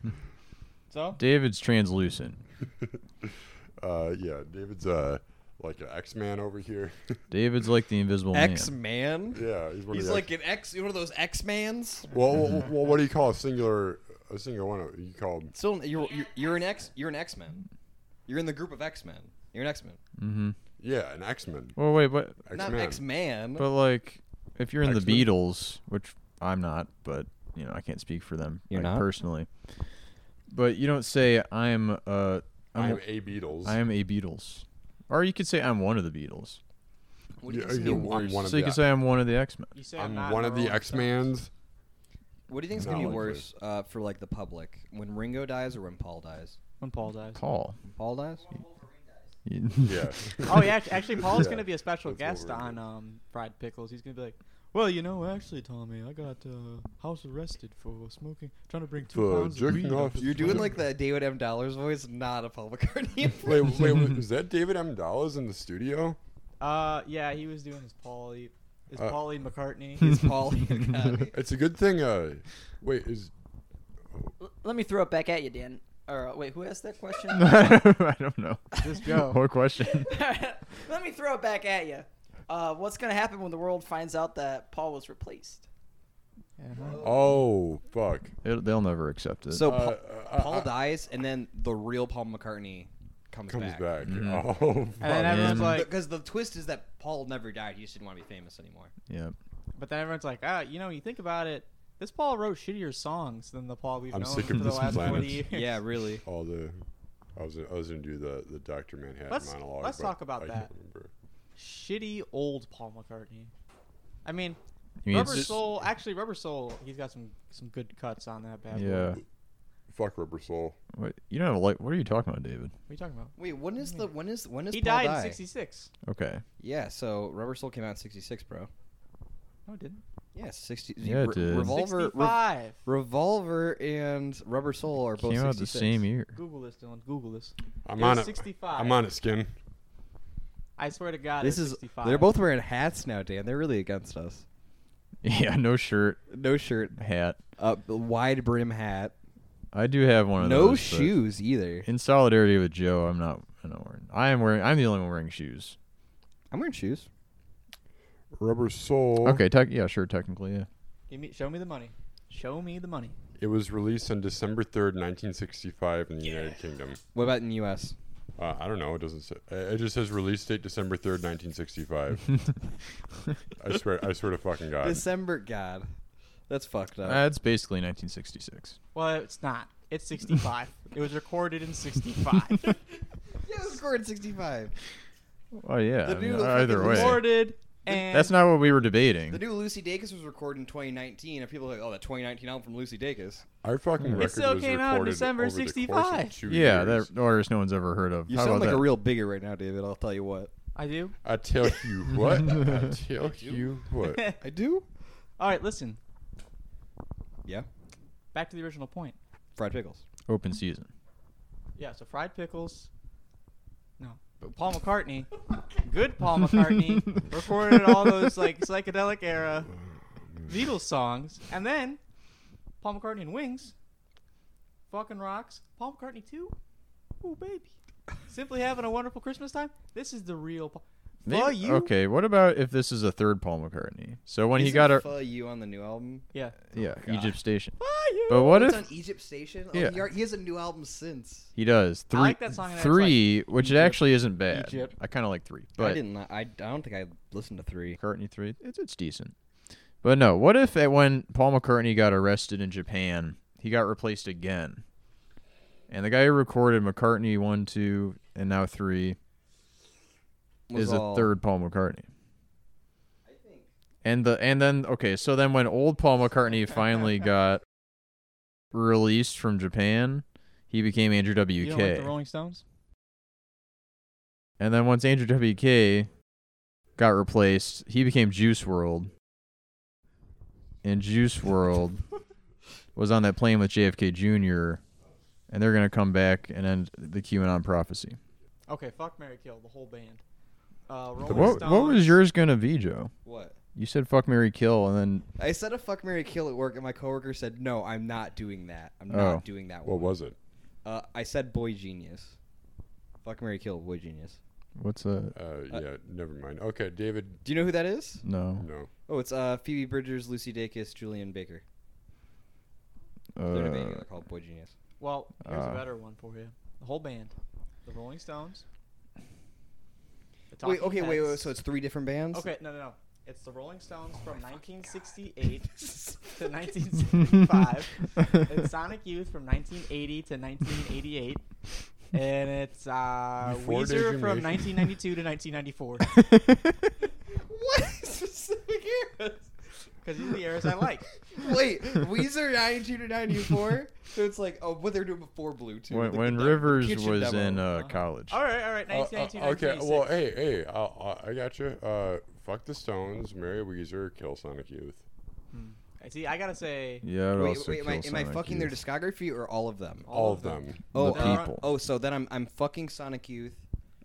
Speaker 1: So
Speaker 4: David's translucent.
Speaker 2: Uh, yeah, David's uh, like an X Man over here.
Speaker 4: David's like the Invisible
Speaker 3: X
Speaker 4: Man.
Speaker 3: Man.
Speaker 2: yeah, he's one
Speaker 3: He's
Speaker 2: of the
Speaker 3: like an X. One of those X Mans.
Speaker 2: X- well, well, well, what do you call a singular, a singular one? You call him
Speaker 3: Still, you're you're, you're an X. You're an X Man. You're in the group of X Men. You're an X Man.
Speaker 4: Mm-hmm.
Speaker 2: yeah, an X Man.
Speaker 4: Well, wait, but
Speaker 3: Not X Man.
Speaker 4: but like, if you're in
Speaker 2: X-Men.
Speaker 4: the Beatles, which I'm not, but you know, I can't speak for them
Speaker 3: You're
Speaker 4: like,
Speaker 3: not?
Speaker 4: personally. But you don't say I'm uh I'm
Speaker 2: I'm a Beatles.
Speaker 4: I am a Beatles, or you could say I'm one of the Beatles.
Speaker 3: What do you
Speaker 2: Yeah,
Speaker 3: think's
Speaker 2: you're
Speaker 3: gonna be
Speaker 2: one-
Speaker 3: worse?
Speaker 2: one of
Speaker 4: So you
Speaker 2: the-
Speaker 4: could say I'm one of the X Men.
Speaker 1: you say I'm,
Speaker 2: I'm
Speaker 1: not
Speaker 2: one
Speaker 1: in
Speaker 2: of the
Speaker 1: wrong
Speaker 2: X Mans.
Speaker 3: What do you think's gonna be
Speaker 2: Knowledge.
Speaker 3: worse uh, for like the public when Ringo dies or when Paul dies?
Speaker 1: When Paul dies.
Speaker 4: Paul.
Speaker 3: When Paul dies.
Speaker 4: You-
Speaker 2: Yeah.
Speaker 1: oh yeah, act- actually, Paul's
Speaker 2: Yeah,
Speaker 1: gonna be a special
Speaker 2: that's
Speaker 1: guest
Speaker 2: what we're
Speaker 1: on
Speaker 2: doing.
Speaker 1: um, Fried Pickles. He's gonna be like, "Well, you know, actually, Tommy, I got uh, house arrested for smoking, trying to bring two
Speaker 2: For
Speaker 1: pounds of
Speaker 2: jerking
Speaker 1: weed."
Speaker 2: off.
Speaker 1: up his
Speaker 3: You're doing
Speaker 1: throat."
Speaker 3: like the David M. Dollars voice, not a Paul McCartney.
Speaker 2: wait, wait, wait, was that David M. Dollars in the studio?
Speaker 1: Uh, yeah, he was doing his Paulie, his
Speaker 2: Uh,
Speaker 1: Paulie McCartney.
Speaker 3: It's Paul McCartney.
Speaker 2: It's a good thing. Uh, wait, is
Speaker 5: L- let me throw it back at you, Dan. Or uh, wait, who asked that question?
Speaker 4: I don't know.
Speaker 1: Just go. Uh-huh.
Speaker 4: What question?
Speaker 5: let me throw it back at you. Uh, what's gonna happen when the world finds out that Paul was replaced?
Speaker 2: oh fuck.
Speaker 4: It, they'll never accept it.
Speaker 3: So
Speaker 2: Uh,
Speaker 3: Paul,
Speaker 2: uh,
Speaker 3: Paul
Speaker 2: uh,
Speaker 3: dies, and then the real Paul McCartney comes,
Speaker 2: comes
Speaker 3: back.
Speaker 2: back.
Speaker 4: Mm-hmm.
Speaker 2: Oh, fuck.
Speaker 1: and then everyone's
Speaker 4: Yeah.
Speaker 1: like,
Speaker 3: Because the twist is that Paul never died. He just didn't want to be famous anymore.
Speaker 4: yeah.
Speaker 1: but then everyone's like, ah, you know, you think about it, this Paul wrote shittier songs than the Paul we've
Speaker 2: I'm
Speaker 1: known
Speaker 2: sick
Speaker 1: for
Speaker 2: of
Speaker 1: the
Speaker 2: this
Speaker 1: last
Speaker 2: planet.
Speaker 1: forty years.
Speaker 3: Yeah, really.
Speaker 2: all the. I was I was gonna do the the Doctor Manhattan
Speaker 1: Let's-
Speaker 2: monologue.
Speaker 1: let's
Speaker 2: but
Speaker 1: talk about
Speaker 2: I can't
Speaker 1: that.
Speaker 2: remember.
Speaker 1: shitty old Paul McCartney. I mean,
Speaker 4: You mean
Speaker 1: Rubber
Speaker 4: s-
Speaker 1: Soul. Actually, Rubber Soul. He's got some some good cuts on that bad boy. What
Speaker 4: Yeah.
Speaker 2: Fuck Rubber Soul.
Speaker 4: Wait, you don't have a light. What are you talking about, David?
Speaker 1: are you talking about?
Speaker 3: Wait, when is the when is when is
Speaker 1: He
Speaker 3: Paul
Speaker 1: died
Speaker 3: die?
Speaker 1: in '66.
Speaker 4: Okay.
Speaker 3: Yeah, so Rubber Soul came out in '66, bro.
Speaker 1: No, it didn't.
Speaker 3: Yeah, sixty.
Speaker 4: Yeah, it
Speaker 3: Re-
Speaker 4: did.
Speaker 3: Revolver, Re-
Speaker 1: 65.
Speaker 3: Revolver, and Rubber Soul are both
Speaker 4: Came out the
Speaker 3: 66.
Speaker 4: same year.
Speaker 1: Google this, Dylan. Google this.
Speaker 2: I'm
Speaker 1: It
Speaker 2: on
Speaker 1: was
Speaker 2: it.
Speaker 1: 65.
Speaker 2: I'm on it. Skin.
Speaker 1: I swear to God,
Speaker 3: This
Speaker 1: it was
Speaker 3: is
Speaker 1: 65.
Speaker 3: they're both wearing hats now, Dan. They're really against us.
Speaker 4: Yeah. No shirt,
Speaker 3: No shirt,
Speaker 4: hat.
Speaker 3: a wide brim hat,
Speaker 4: I do have one of
Speaker 3: no
Speaker 4: those. but
Speaker 3: shoes either.
Speaker 4: In solidarity with Joe, I'm not. I'm not wearing. I am wearing. I'm the only one wearing shoes.
Speaker 3: I'm wearing shoes.
Speaker 2: Rubber Soul.
Speaker 4: Okay. Tec- yeah. Sure. Technically. Yeah.
Speaker 1: Give me, show me the money. Show me the money.
Speaker 2: It was released on December 3rd, 1965, in the United Kingdom.
Speaker 3: What about in the U.S.?
Speaker 2: Uh, I don't know. It doesn't say. uh, It just says release date December 3rd, 1965. I swear. I swear to fucking God.
Speaker 3: December, God, that's fucked up.
Speaker 4: That's basically 1966.
Speaker 1: Well, it's not. It's 65. it was recorded in 65.
Speaker 3: yeah, it was recorded '65.
Speaker 4: Oh yeah.
Speaker 3: The
Speaker 4: I mean,
Speaker 3: dude was
Speaker 4: either
Speaker 3: fucking
Speaker 4: way.
Speaker 3: recorded.
Speaker 1: recorded and
Speaker 4: That's not what we were
Speaker 3: The
Speaker 4: debating.
Speaker 3: new Lucy Dacus was recorded in 2019, and people are like, "Oh, that 2019 album from Lucy Dacus."
Speaker 2: Our fucking record
Speaker 1: still
Speaker 2: was
Speaker 1: came out in
Speaker 2: recorded
Speaker 1: December
Speaker 2: over the course of
Speaker 1: 65.
Speaker 2: two
Speaker 4: Yeah.
Speaker 2: years.
Speaker 4: That artist no one's ever heard of.
Speaker 3: You
Speaker 4: How
Speaker 3: sound
Speaker 4: about
Speaker 3: like
Speaker 4: that?
Speaker 3: a real bigot right now, David. I'll tell you what.
Speaker 1: I do.
Speaker 2: I tell you what. I tell you what.
Speaker 3: I do.
Speaker 1: All right, listen.
Speaker 3: Yeah,
Speaker 1: Back to the original point.
Speaker 3: fried pickles.
Speaker 4: open season.
Speaker 1: Yeah, so fried pickles. No, but Paul McCartney, good Paul McCartney, recorded all those like psychedelic era Beatles songs, and then Paul McCartney and Wings, fucking rocks. Paul McCartney too. Ooh baby, simply having a wonderful Christmas time. This is the real. Paul.
Speaker 4: Maybe-
Speaker 1: Fuck you.
Speaker 4: Okay, what about if this is a third Paul McCartney? So when he
Speaker 3: Isn't
Speaker 4: got a
Speaker 3: Pho you on the new album.
Speaker 1: Yeah.
Speaker 4: yeah Egypt Station,
Speaker 1: Fuck you.
Speaker 4: but what
Speaker 3: It's
Speaker 4: if
Speaker 3: on Egypt Station. Oh,
Speaker 4: Yeah.
Speaker 3: he, ar- he has a new album since.
Speaker 4: he does three?
Speaker 1: like that song and it's
Speaker 4: three, which it
Speaker 1: Egypt,
Speaker 4: actually isn't bad.
Speaker 1: Egypt.
Speaker 4: I kind of like three,
Speaker 3: I
Speaker 4: but
Speaker 3: didn't. li- I, I don't think I listened to three.
Speaker 4: McCartney three, it's, it's decent. But no, what if at when Paul McCartney got arrested in Japan, he got replaced again, and the guy who recorded McCartney one, two, and now three
Speaker 3: Was
Speaker 4: is
Speaker 3: all-
Speaker 4: a third Paul McCartney.
Speaker 3: I think.
Speaker 4: And the and then okay, so then when old Paul McCartney finally got released from Japan, he became Andrew
Speaker 1: You don't like the
Speaker 4: WK.
Speaker 1: Rolling Stones?
Speaker 4: And then once Andrew WK got replaced, he became Juice World. and Juice World was on that plane with JFK Jr. and they're gonna come back and end the QAnon prophecy.
Speaker 1: Okay, fuck Mary Kill, the whole band. Uh, Rolling
Speaker 4: What what was
Speaker 1: Stones.
Speaker 4: yours gonna be, Joe?
Speaker 3: What?
Speaker 4: You said fuck Mary Kill and then
Speaker 3: I said a fuck Mary Kill at work, and my coworker said, "No, I'm not doing that. I'm
Speaker 4: Oh.
Speaker 3: not doing that."
Speaker 2: What
Speaker 3: One.
Speaker 2: was it?
Speaker 3: Uh, I said Boy Genius. Fuck Mary Kill, Boy Genius.
Speaker 4: what's that?
Speaker 2: Uh, yeah, never mind. Okay, David.
Speaker 3: Do you know who that is?
Speaker 4: No.
Speaker 2: No.
Speaker 3: Oh, it's uh, Phoebe Bridgers, Lucy Dacus, Julian Baker. They're,
Speaker 4: Uh,
Speaker 3: they're called Boy Genius.
Speaker 1: Well, here's
Speaker 4: Uh.
Speaker 1: a better one for you. The whole band, the Rolling Stones. the
Speaker 3: Wait,
Speaker 1: Talking
Speaker 3: okay, wait, wait.
Speaker 1: Heads.
Speaker 3: So it's three different bands.
Speaker 1: okay, no, no, no. It's the Rolling Stones from 1968 to 1975. it's Sonic Youth from 1980 to 1988. And it's uh,
Speaker 2: You forward your
Speaker 1: Weezer from
Speaker 2: generation.
Speaker 1: 1992 to 1994.
Speaker 3: What specific eras?
Speaker 1: Because these are the eras I like.
Speaker 3: Wait, Weezer 92 to 94? So it's like, oh, what they're doing before Blue, too.
Speaker 4: when
Speaker 3: The-
Speaker 4: when
Speaker 3: the- the
Speaker 4: Rivers
Speaker 3: kitchen
Speaker 4: was
Speaker 3: demo.
Speaker 4: in uh, college.
Speaker 1: All right, all right.
Speaker 2: Uh,
Speaker 1: 1992
Speaker 2: uh, okay, well,
Speaker 1: 1996.
Speaker 2: hey, hey, I'll, I I got you. Uh, fuck the Stones, marry Weezer, kill Sonic Youth.
Speaker 1: I See, I gotta say,
Speaker 4: Yeah, it
Speaker 3: Wait,
Speaker 4: also
Speaker 3: wait, am I,
Speaker 4: kills
Speaker 3: am I
Speaker 4: Sonic
Speaker 3: fucking their
Speaker 4: Youth.
Speaker 3: discography or all of them?
Speaker 1: All
Speaker 2: All,
Speaker 1: of
Speaker 2: of them.
Speaker 3: Oh,
Speaker 4: The
Speaker 3: uh,
Speaker 4: people.
Speaker 3: oh, so then I'm I'm fucking Sonic Youth,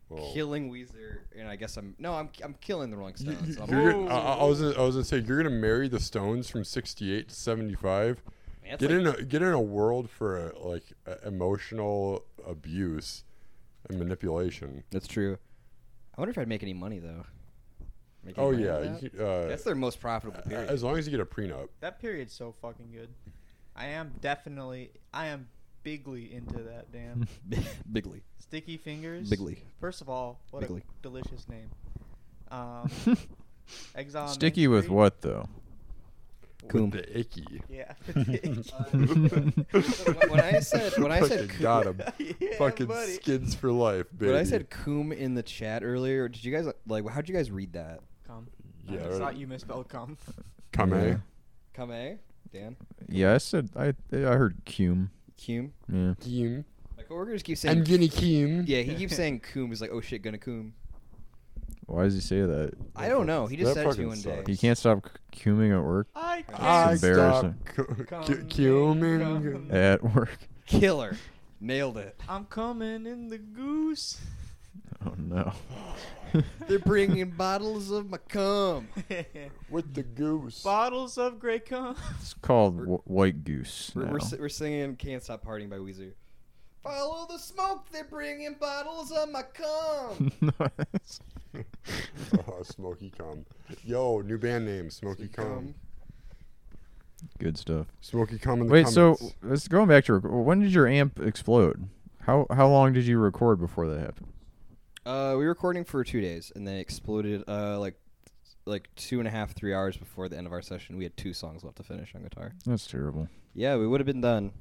Speaker 2: Well,
Speaker 3: killing Weezer, and I guess I'm no, I'm I'm killing the Rolling
Speaker 2: you-
Speaker 3: Stones.
Speaker 2: you-
Speaker 3: I'm-
Speaker 2: you're gonna-
Speaker 1: Ooh.
Speaker 2: I, I- I was gonna, I was gonna say you're gonna marry the Stones from '68 to '75.
Speaker 3: Man, that's
Speaker 2: Get
Speaker 3: like-
Speaker 2: in a get in a world for uh, like uh, emotional abuse and manipulation.
Speaker 3: That's true. I wonder if I'd make any money though. Make any
Speaker 2: Oh
Speaker 3: money
Speaker 2: yeah,
Speaker 3: on that?
Speaker 2: you could, uh,
Speaker 3: that's their most profitable period.
Speaker 2: as long as you get a prenup.
Speaker 1: that period's so fucking good. I am definitely, I am bigly into that, damn.
Speaker 3: Bigly,
Speaker 1: Sticky Fingers.
Speaker 3: bigly.
Speaker 1: First of all, what
Speaker 3: Bigly.
Speaker 1: a delicious name.
Speaker 3: oh,
Speaker 1: Um,
Speaker 3: uh,
Speaker 1: Exile on Main
Speaker 4: Sticky with
Speaker 1: Street.
Speaker 4: what though?
Speaker 3: Coom.
Speaker 2: With the icky.
Speaker 1: Yeah.
Speaker 3: when- when I said- when I said
Speaker 2: Fucking
Speaker 3: Coom-
Speaker 2: got him,
Speaker 1: Yeah,
Speaker 2: fucking
Speaker 1: buddy.
Speaker 2: skins for life, baby.
Speaker 3: When I said coom in the chat earlier, did you guys like? How'd you guys read that?
Speaker 1: Come.
Speaker 2: yeah,
Speaker 1: I thought you misspelled come.
Speaker 2: come
Speaker 4: Yeah.
Speaker 2: eh?
Speaker 3: Come a Dan
Speaker 4: Yeah, I said I I heard cum.
Speaker 3: coom.
Speaker 4: Yeah.
Speaker 2: Keem.
Speaker 3: My coworkers keep saying.
Speaker 2: I'm gonna keem.
Speaker 3: yeah, he keeps saying coom. He's like, oh shit, gonna coom.
Speaker 4: Why does he say that?
Speaker 3: I don't know. He just
Speaker 2: That
Speaker 3: said it to
Speaker 2: fucking
Speaker 3: me one day.
Speaker 2: sucks.
Speaker 4: He can't stop c- cuming at work.
Speaker 1: I
Speaker 2: I
Speaker 1: can't.
Speaker 4: It's embarrassing.
Speaker 2: stop co-
Speaker 1: Come,
Speaker 2: cu-
Speaker 1: baby,
Speaker 2: cuming.
Speaker 1: come.
Speaker 4: At work.
Speaker 3: Killer, nailed it.
Speaker 1: I'm coming in the goose.
Speaker 4: Oh no.
Speaker 3: They're bringing bottles of my cum.
Speaker 2: with the goose.
Speaker 1: Bottles of Grey Cum.
Speaker 4: It's called w- White Goose.
Speaker 3: We're, we're,
Speaker 4: now.
Speaker 3: si- we're singing "Can't Stop Partying" by Weezer. Follow the smoke. They're bringing bottles of my cum.
Speaker 4: Nice.
Speaker 2: oh, Smoky cum. Yo, new band name, Smoky cum.
Speaker 4: Good stuff.
Speaker 2: Smoky cum in the
Speaker 4: Wait, so
Speaker 2: comments.
Speaker 4: let's going back to rec- when did your amp explode? How how long did you record before that happened?
Speaker 3: Uh, we were recording for two days, and then it exploded. Uh, like, like two and a half, three hours before the end of our session, we had two songs left to finish on guitar.
Speaker 4: That's terrible.
Speaker 3: Yeah, we would have been done.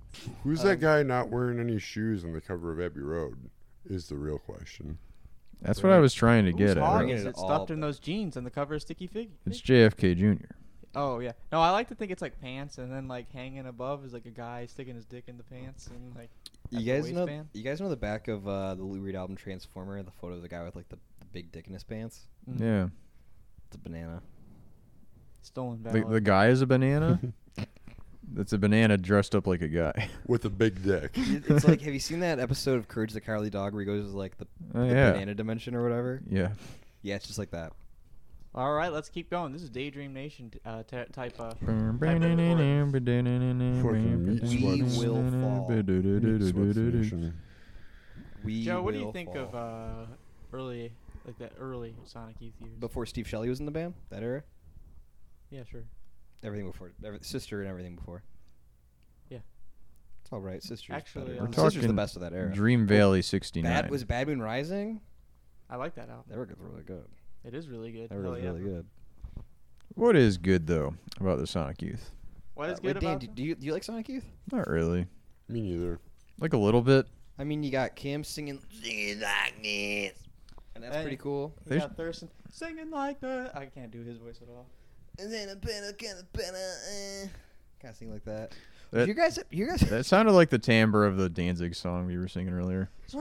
Speaker 2: Who's
Speaker 3: um,
Speaker 2: that guy not wearing any shoes on the cover of Abbey Road? Is the real question.
Speaker 4: That's what I was trying to get
Speaker 1: Whose
Speaker 4: at.
Speaker 1: hog
Speaker 3: right?
Speaker 4: right?
Speaker 1: is it
Speaker 3: All
Speaker 1: stuffed in
Speaker 3: the-
Speaker 1: those jeans on the cover of Sticky Fig?
Speaker 4: It's JFK Jr.
Speaker 1: Oh yeah. No, I like to think it's like pants, and then like hanging above is like a guy sticking his dick in the pants, and like
Speaker 3: You
Speaker 1: At the
Speaker 3: guys know?
Speaker 1: waistband?
Speaker 3: You guys know the back of uh, the Lou Reed album Transformer? The photo of the guy with like the, the big dick in his pants.
Speaker 1: Mm.
Speaker 4: Yeah.
Speaker 3: It's a banana.
Speaker 1: stolen
Speaker 4: The,
Speaker 1: valor.
Speaker 4: the guy is a banana. That's a banana dressed up like a guy.
Speaker 2: With a big dick.
Speaker 3: It- it's like, have you seen that episode of Courage the Cowardly Dog where he goes to like the,
Speaker 4: Oh,
Speaker 3: the
Speaker 4: yeah.
Speaker 3: banana dimension or whatever?
Speaker 4: Yeah.
Speaker 3: Yeah, it's just like that.
Speaker 1: All right, let's keep going. This is Daydream Nation t- uh, t- type. Uh,
Speaker 2: Fucking meat
Speaker 3: We
Speaker 2: sweats.
Speaker 3: will fall.
Speaker 2: Meat sweats nation.
Speaker 3: We
Speaker 1: Joe, what do you
Speaker 3: will
Speaker 1: think
Speaker 3: fall.
Speaker 1: of uh, early, like that early Sonic Youth years?
Speaker 3: before Steve Shelley was in the band? That era,
Speaker 1: yeah, sure.
Speaker 3: everything before, every, sister and everything before.
Speaker 1: Yeah.
Speaker 3: it's all right. Sister's
Speaker 1: Actually,
Speaker 3: better.
Speaker 1: uh, We're
Speaker 3: sister's the
Speaker 4: talking
Speaker 3: best of that era.
Speaker 4: Dream Valley 69.
Speaker 3: Bad was Bad Moon Rising.
Speaker 1: I like that album.
Speaker 3: That was really good.
Speaker 1: It is really good.
Speaker 3: That was
Speaker 1: Hell Oh, yeah.
Speaker 3: really good.
Speaker 4: what is good though about the Sonic Youth?
Speaker 1: What is
Speaker 3: Uh, wait,
Speaker 1: good
Speaker 3: Dan,
Speaker 1: about
Speaker 3: do,
Speaker 1: them?
Speaker 3: do you do you like Sonic Youth?
Speaker 4: Not really.
Speaker 2: Me neither.
Speaker 4: Like a little bit.
Speaker 3: I mean, you got Kim singing "Singing Like This," and that's
Speaker 1: Hey.
Speaker 3: pretty cool.
Speaker 1: You
Speaker 4: There's-
Speaker 1: got Thurston singing like that. I can't do his voice at all.
Speaker 3: And then a better, kind of better, eh. kind of sing like that.
Speaker 4: That-
Speaker 3: you guys, you guys.
Speaker 4: That sounded like the timbre of the Danzig song we were singing earlier. It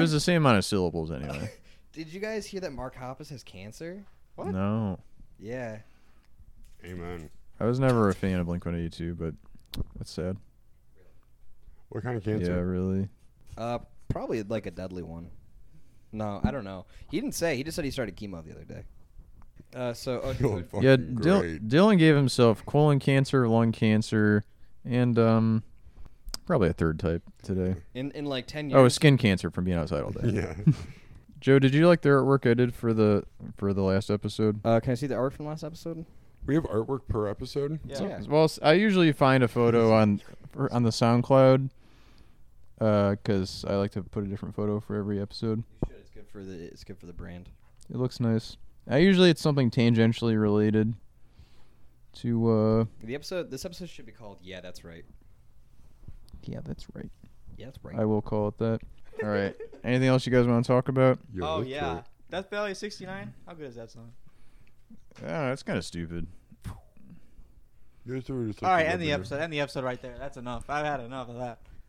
Speaker 4: was the same amount of syllables anyway.
Speaker 3: Did you guys hear that Mark Hoppus has cancer?
Speaker 1: What?
Speaker 4: No.
Speaker 3: Yeah.
Speaker 2: Amen.
Speaker 4: I was never a fan of Blink 182, but that's sad.
Speaker 2: What kind of
Speaker 4: Yeah,
Speaker 2: cancer?
Speaker 4: really.
Speaker 3: Uh, probably like a deadly one. No, I don't know. He didn't say. He just said he started chemo the other day. Uh, so
Speaker 2: Feeling
Speaker 3: okay.
Speaker 2: fucking
Speaker 4: yeah, Dil-
Speaker 2: great.
Speaker 4: Dylan gave himself colon cancer, lung cancer, and um, probably a third type today.
Speaker 3: in in like ten years.
Speaker 4: Oh, skin cancer from being outside all day.
Speaker 2: yeah.
Speaker 4: Joe, did you like the artwork I did for the for the last episode?
Speaker 3: Uh, can I see the art from last episode?
Speaker 2: We have artwork per episode.
Speaker 5: Yeah.
Speaker 4: So- well, s- I usually find a photo on for- on the SoundCloud because I like to put a different photo for every episode.
Speaker 3: You should. It's good for the. It's good for the brand.
Speaker 4: It looks nice. I usually it's something tangentially related to. uh
Speaker 3: The episode. This episode should be called. Yeah, that's right.
Speaker 4: Yeah, that's right.
Speaker 3: Yeah, that's
Speaker 4: I will call it that. All right. Anything else you guys want to talk about?
Speaker 2: Yo,
Speaker 1: oh
Speaker 2: that's
Speaker 1: yeah,
Speaker 2: great.
Speaker 1: Death Valley '69. How good is that song?
Speaker 4: Yeah, that's kind of stupid.
Speaker 2: You're through to
Speaker 1: All right,
Speaker 2: something
Speaker 1: end the
Speaker 2: over
Speaker 1: episode. End the episode right there. That's enough. I've had enough of that.